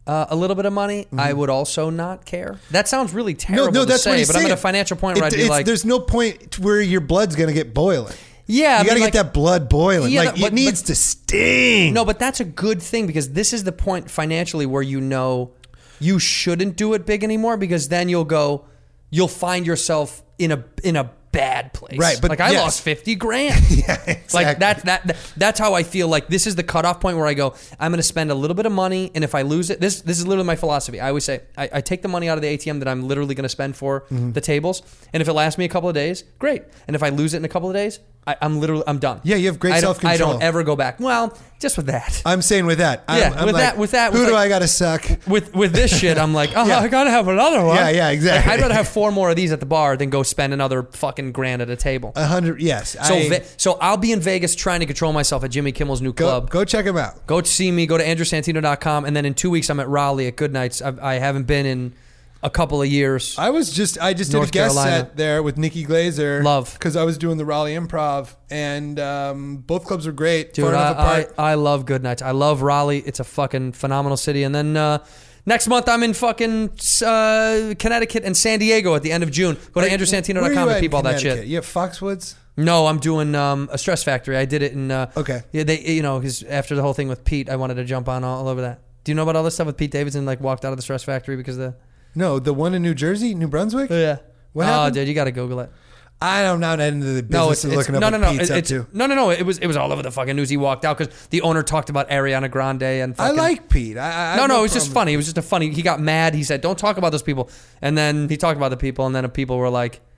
Uh, a little bit of money, I would also not care. That sounds really terrible. No, no, to that's say, what he's But saying. I'm at a financial point It- where I'd be it's- like, there's no point to where your blood's gonna get boiling. "Yeah, you but gotta like- get that blood boiling. Yeah, like but- it needs but- to sting. No, but that's a good thing because this is the point financially where you know you shouldn't do it big anymore because then you'll go, you'll find yourself in a in a bad place. Right, but like I yes. lost fifty grand. yeah, exactly. Like that's that, that that's how I feel. Like this is the cutoff point where I go, I'm going to spend a little bit of money, and if I lose it, this this is literally my philosophy. I always say I, I take the money out of the ATM that I'm literally going to spend for Mm-hmm. the tables, and if it lasts me a couple of days, great. And if I lose it in a couple of days. I, I'm literally, I'm done. Yeah, you have great I don't- I self-control. don't ever go back. Well, just with that. I'm saying with that. I'm, Yeah, I'm with like, that- with that- Who with do like- I gotta suck? with with this shit, I'm like, oh, Yeah. I gotta have another one. Yeah, yeah, Like, exactly. I'd rather have four more of these at the bar than go spend another fucking grand at a table. A hundred. Yes. so, I- Ve- so I'll be in Vegas trying to control myself at Jimmy Kimmel's new go, club. go check him out. Go see me. Go to andrewsantino.com, and then in two weeks I'm at Raleigh at Goodnights. I've, I haven't been in a couple of years. I was just I just did North a guest Carolina. set there with Nikki Glazer. Love. because I was doing the Raleigh Improv, and um, both clubs were great. Dude, far enough I, apart. I, I love Good Nights. I love Raleigh. It's a fucking phenomenal city. And then uh, next month, I'm in fucking uh, Connecticut and San Diego at the end of June. Go to Where you andrewsantino.com at and in peep all that Connecticut? shit. You have Foxwoods. No, I'm doing um, a stress factory. I did it in. Uh, Okay. Yeah, they you know because after the whole thing with Pete, I wanted to jump on all, all over that. Do you know about all this stuff with Pete Davidson? Like walked out of the stress factory because of No, the one in New Jersey, New Brunswick. the yeah. What oh, happened? dude, you got to Google it. I don't know into the business No, it's, of it's looking no, up no, what no, Pete's it- up it's, to. no, no, no. It was it was all over the fucking news. He walked out because the owner talked about Ariana Grande and. I Fucking, like Pete. I, I I No, have no, it was just problem. funny. It was just a funny. He got mad. He said, "Don't talk about those people," and then he talked about the people, and then people were like.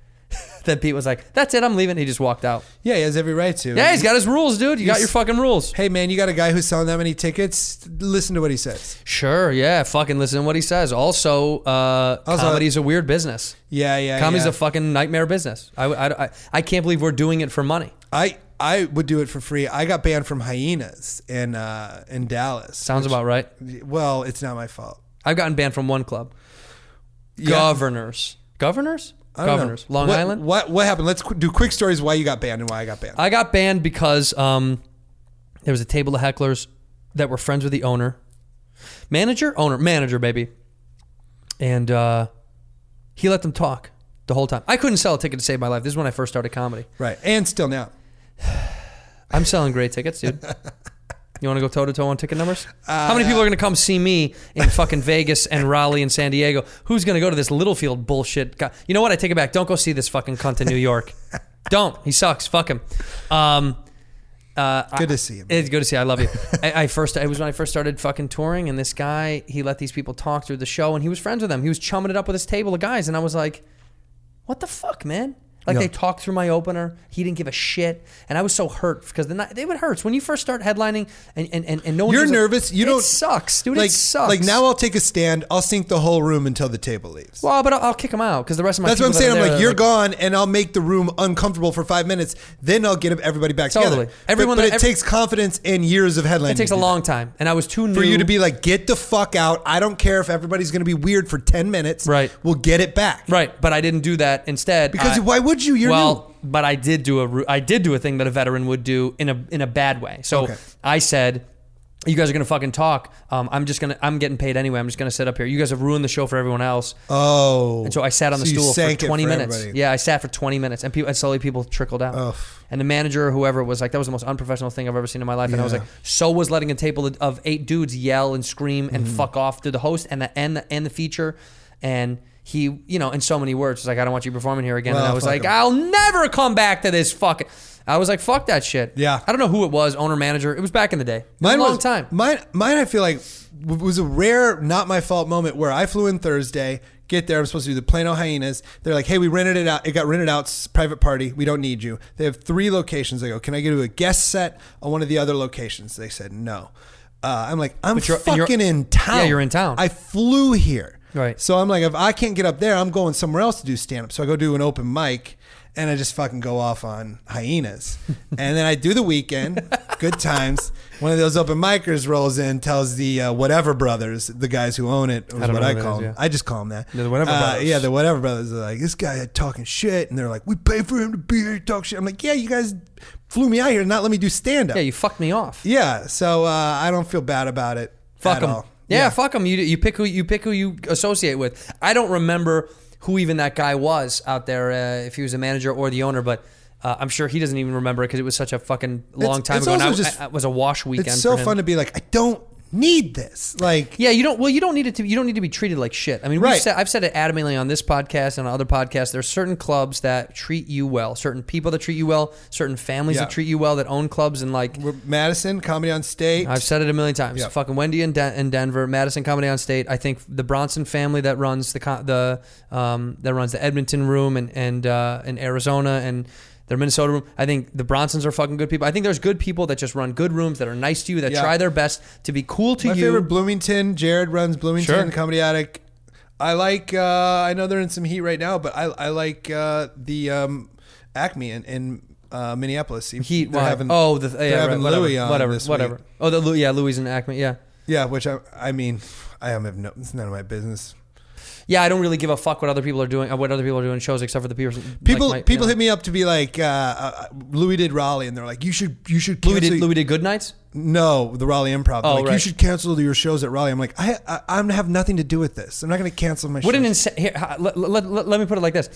Then Pete was like, "That's it, I'm leaving." He just walked out. Yeah, he has every right to. Yeah, he's got his rules, dude. You got your fucking rules. Hey man, you got a guy who's selling that many tickets? Listen to what he says. Sure, yeah. Fucking listen to what he says. Also, uh, Also- comedy's a weird business. Yeah, yeah. Comedy's yeah. a fucking nightmare business. I, I, I, I can't believe we're doing it for money. I I would do it for free. I got banned from hyenas in uh, in Dallas. Sounds about right. well, it's not my fault. I've gotten banned from one club. Governors. Governors? I don't know. Governors. Long What- Island? Uh, What what happened? Let's qu- do quick stories why you got banned and why I got banned. I got banned because um, there was a table of hecklers that were friends with the owner, manager, owner, manager, baby, and uh, he let them talk the whole time. I couldn't sell a ticket to save my life. This is when I first started comedy. right, and still now. I'm selling great tickets, dude. You want to go toe to toe on ticket numbers? How many people are going to come see me in fucking Vegas and Raleigh and San Diego? Who's going to go to this Littlefield bullshit? Guy? You know what? I take it back. Don't go see this fucking cunt in New York. Don't. He sucks. Fuck him. Um, Good to see you. man. It's good to see. you. I love you. I, I first it was when I first started fucking touring, and this guy he let these people talk through the show, and he was friends with them. He was chumming it up with his table of guys, and I was like, "What the fuck, man." Like Yeah. they talked through my opener, he didn't give a shit, and I was so hurt because the night they would hurt when you first start headlining and and and, and no one. You're gives a- nervous. You it don't sucks, dude. like it sucks. like now I'll take a stand. I'll sink the whole room until the table leaves. well, but I'll, I'll kick him out because the rest of my. That's what I'm people that are saying. I'm there like, are you're gone, and I'll make the room uncomfortable for five minutes. Then I'll get everybody back Totally. together. Everyone but, but that- it every- takes confidence and years of headlining. It takes a to do long that. time, and I was too new for you to be like, get the fuck out. I don't care if everybody's going to be weird for ten minutes. Right. we'll get it back. Right, but I didn't do that. Instead, Because I- why would you? You're well, but I did do a ru- I did do a thing that a veteran would do in a in a bad way. So Okay. I said. You guys are gonna fucking talk. Um, I'm just gonna. I'm getting paid anyway. I'm just gonna sit up here. You guys have ruined the show for everyone else. Oh, And so I sat on the So you stool for sank it 20 for minutes. everybody. Yeah, I sat for 20 minutes, and, people, and slowly people trickled out. And the manager or whoever was like, "That was the most unprofessional thing I've ever seen in my life." And I was Yeah. like, "So was letting a table of eight dudes yell and scream and Mm-hmm. fuck off to the host and the and the, and the feature." And he, you know, in so many words, was like, "I don't want you performing here again." and Well, I was fuck like, him. "I'll never come back to this fucking." I was like, fuck that shit. Yeah. I don't know who it was, owner, manager. It was back in the day. It was Mine a long was, time. Mine, mine. I feel like w- was a rare, not my fault moment where I flew in Thursday. Get there. I'm supposed to do the Plano Hyenas. They're like, hey, we rented it out. It got rented out. s- Private party. We don't need you. They have three locations. I go, can I get you a guest set on one of the other locations? They said no. Uh, I'm like, I'm you're- and you're- fucking in town. Yeah, you're in town. I flew here. Right. So I'm like, if I can't get up there, I'm going somewhere else to do stand up. So I go do an open mic and I just fucking go off on hyenas. and then I do the weekend, good times. One of those open micers rolls in, tells the uh, whatever brothers, the guys who own it, is don't what know I who that call is, them. yeah. I just call them that. The whatever Uh, brothers. Yeah, the whatever brothers are like, this guy talking shit. And they're like, we pay for him to be here, talk shit. I'm like, yeah, you guys flew me out here and not let me do stand up. yeah, Yeah, you fucked me off. so uh, I don't feel bad about it. Fuck at 'em. all. Yeah, fuck 'em. You you pick who you pick who you associate with. I don't remember who even that guy was out there, uh, if he was a manager or the owner, but. Uh, I'm sure he doesn't even remember because it was such a fucking long It's- time it's ago. And I, also just- I- I was a wash weekend. It's so for him. fun to be like, I don't need this. Like, Yeah, you don't. Well, you don't need it to. You don't need to be treated like shit. I mean, we've Right. said, I've said it adamantly on this podcast and on other podcasts. There's certain clubs that treat you well, certain people that treat you well, certain families Yeah. that treat you well, that own clubs and like. we're- Madison, comedy on state. I've said it a million times. Yeah. Fucking Wendy in, Den- in Denver, Madison Comedy on State. I think the Bronson family that runs the co- the um, that runs the Edmonton room and and uh, in Arizona and their Minnesota room. I think the Bronsons are fucking good people. I think there's good people that just run good rooms that are nice to you that Yeah. try their best to be cool to My you. favorite Bloomington. Jared runs Bloomington Sure. Comedy Attic. I like. Uh, I know they're in some heat right now, but I I like uh, the um, Acme in, in uh, Minneapolis. Heat. They're why? having- oh, the, yeah, they're right, having whatever, Louis on whatever, uh, this whatever. week. Oh, the Lou- yeah, Louis and Acme. Yeah, Yeah, which I I mean I have no. It's none of my business. yeah. I don't really give a fuck what other people are doing, uh, what other people are doing in shows, except for the people. People like my- people you know. hit me up to be like uh, uh, Louis did Raleigh, and they're like, you should you should Louis did cancel- Louis did good nights. No, the Raleigh Improv. They're Oh, like, You right. should cancel your shows at Raleigh. I'm like, I, I I'm have nothing to do with this. I'm not going to cancel my. What shows. an insane. Here, ha- let, let, let, let me put it like this.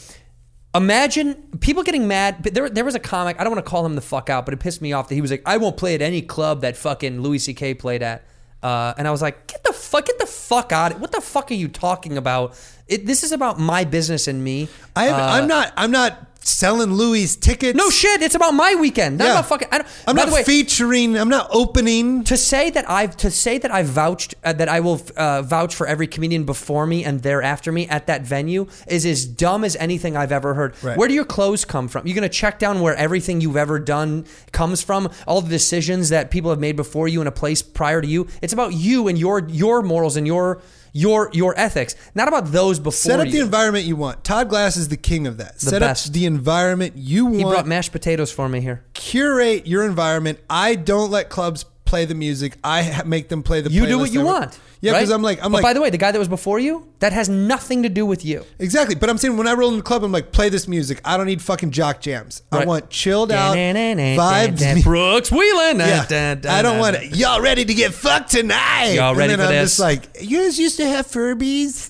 Imagine people getting mad. But there, there was a comic. I don't want to call him the fuck out, but it pissed me off that he was like, "I won't play at any club that fucking Louis C.K. played at." Uh, and I was like, "Get the fuck, get the fuck out! What the fuck are you talking about? It, this is about my business and me." Uh, I have, I'm not I'm not selling Louis tickets. No shit, it's about my weekend. Not Yeah. about fucking. I don't, I'm by not the way, featuring. I'm not opening. to say that I've to say that I vouched uh, that I will uh, vouch for every comedian before me and thereafter me at that venue is as dumb as anything I've ever heard. Right. Where do your clothes come from? You're gonna check down where everything you've ever done comes from, all the decisions that people have made before you in a place prior to you. It's about you and your your morals and your your your ethics, not about those before Set up the you. environment you want. Todd Glass is the king of that. Set best. up the environment you he want. brought mashed potatoes for me here. Curate your environment. I don't let clubs play the music. I ha- make them play the. You do what playlist you I want. want. Yeah, because right? I'm like I'm But like by the way, the guy that was before you, that has nothing to do with you. Exactly, but I'm saying when I roll in the club, I'm like, play this music. I don't need fucking jock jams. I Right. want chilled out Da-da-da-da-da. vibes. Brooks Wheelan. Yeah. I don't want it. Y'all ready to get fucked tonight? Y'all ready and then for I'm this? Just like you guys used to have Furbies.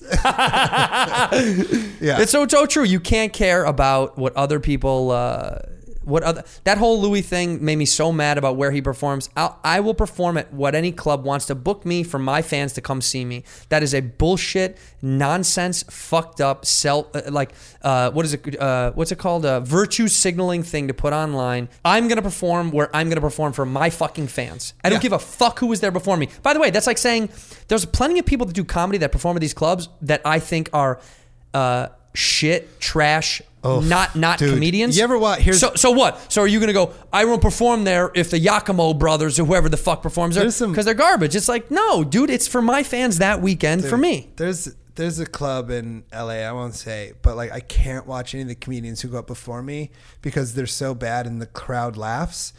yeah, It's so so true. You can't care about what other people. Uh, what other that whole Louis thing made me so mad about where he performs. I'll, I will perform at what any club wants to book me for my fans to come see me. That is a bullshit, nonsense, fucked up, self uh, like uh, what is it? Uh, what's it called? Uh, virtue signaling thing to put online. I'm gonna perform where I'm gonna perform for my fucking fans. I don't Yeah. give a fuck who was there before me. By the way, that's like saying there's plenty of people that do comedy that perform at these clubs that I think are uh, shit, trash, not not dude. comedians. You ever wa- here's- so so what? So are you gonna go? I won't perform there if the Yakimo brothers or whoever the fuck performs there There's some- because they're garbage. It's like no, dude. It's for my fans that weekend for me. There's there's a club in LA. I won't say, but like I can't watch any of the comedians who go up before me because they're so bad and the crowd laughs.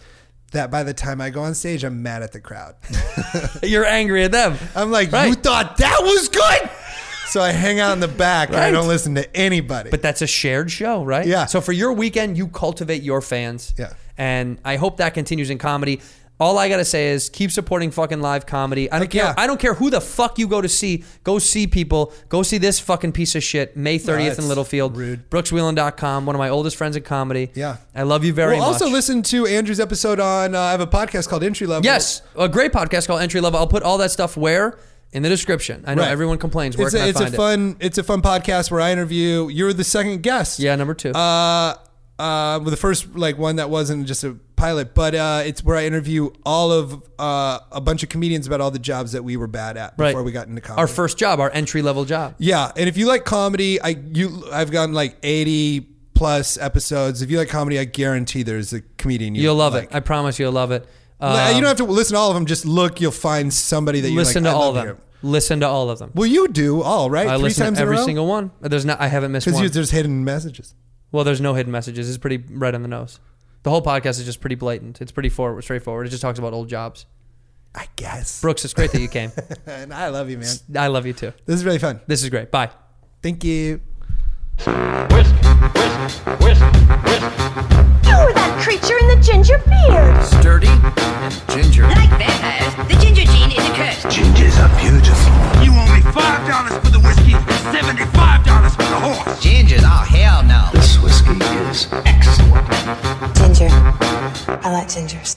That by the time I go on stage, I'm mad at the crowd. You're angry at them. I'm like, Right. you thought that was good, so I hang out in the back and I Right. don't listen to anybody. But that's a shared show, right? Yeah. So for your weekend, you cultivate your fans. Yeah. And I hope that continues in comedy. All I gotta say is keep supporting fucking live comedy. I don't care. yeah. I don't care who the fuck you go to see. Go see people. Go see this fucking piece of shit. May thirtieth in it's Littlefield. rude. BrooksWheelan.com. One of my oldest friends in comedy. Yeah. I love you very well, much. also listen to Andrew's episode on. Uh, I have a podcast called Entry Level. yes, a great podcast called Entry Level. I'll put all that stuff where in the description. I know Right. everyone complains. Where it's can a, I it's find a it? fun. It's a fun podcast where I interview. You're the second guest. Yeah, number two. Uh, uh, well, the first like one that wasn't just a pilot, but uh, it's where I interview all of uh, a bunch of comedians about all the jobs that we were bad at before we got into comedy. Our first job, our entry level job. Yeah, and if you like comedy, I you I've gotten like eighty plus episodes. If you like comedy, I guarantee there's a comedian you You'll love like. it. I promise you'll love it. Like, you Um, don't have to listen to all of them. Just look, you'll find somebody that you listen like, to I all of love them. here. Listen to all of them. Well, you do all right. I Three listen times to every in a row? single one. There's not. I haven't missed Because one. you- there's hidden messages. well, there's no hidden messages. It's pretty right on the nose. The whole podcast is just pretty blatant. It's pretty forward, straightforward. It just talks about old jobs. I guess. Brooks, it's great that you came. And I love you, man. I love you too. This is really fun. This is great. Bye. Thank you. whisk, whisk, whisk, whisk. You were that creature in the ginger beard. Sturdy and ginger. Like vampires, the ginger gene is a curse. Gingers are beautiful. You owe me five dollars for the whiskey and seventy-five dollars for the horse. Gingers, oh hell no. This whiskey is excellent. Ginger. I like gingers.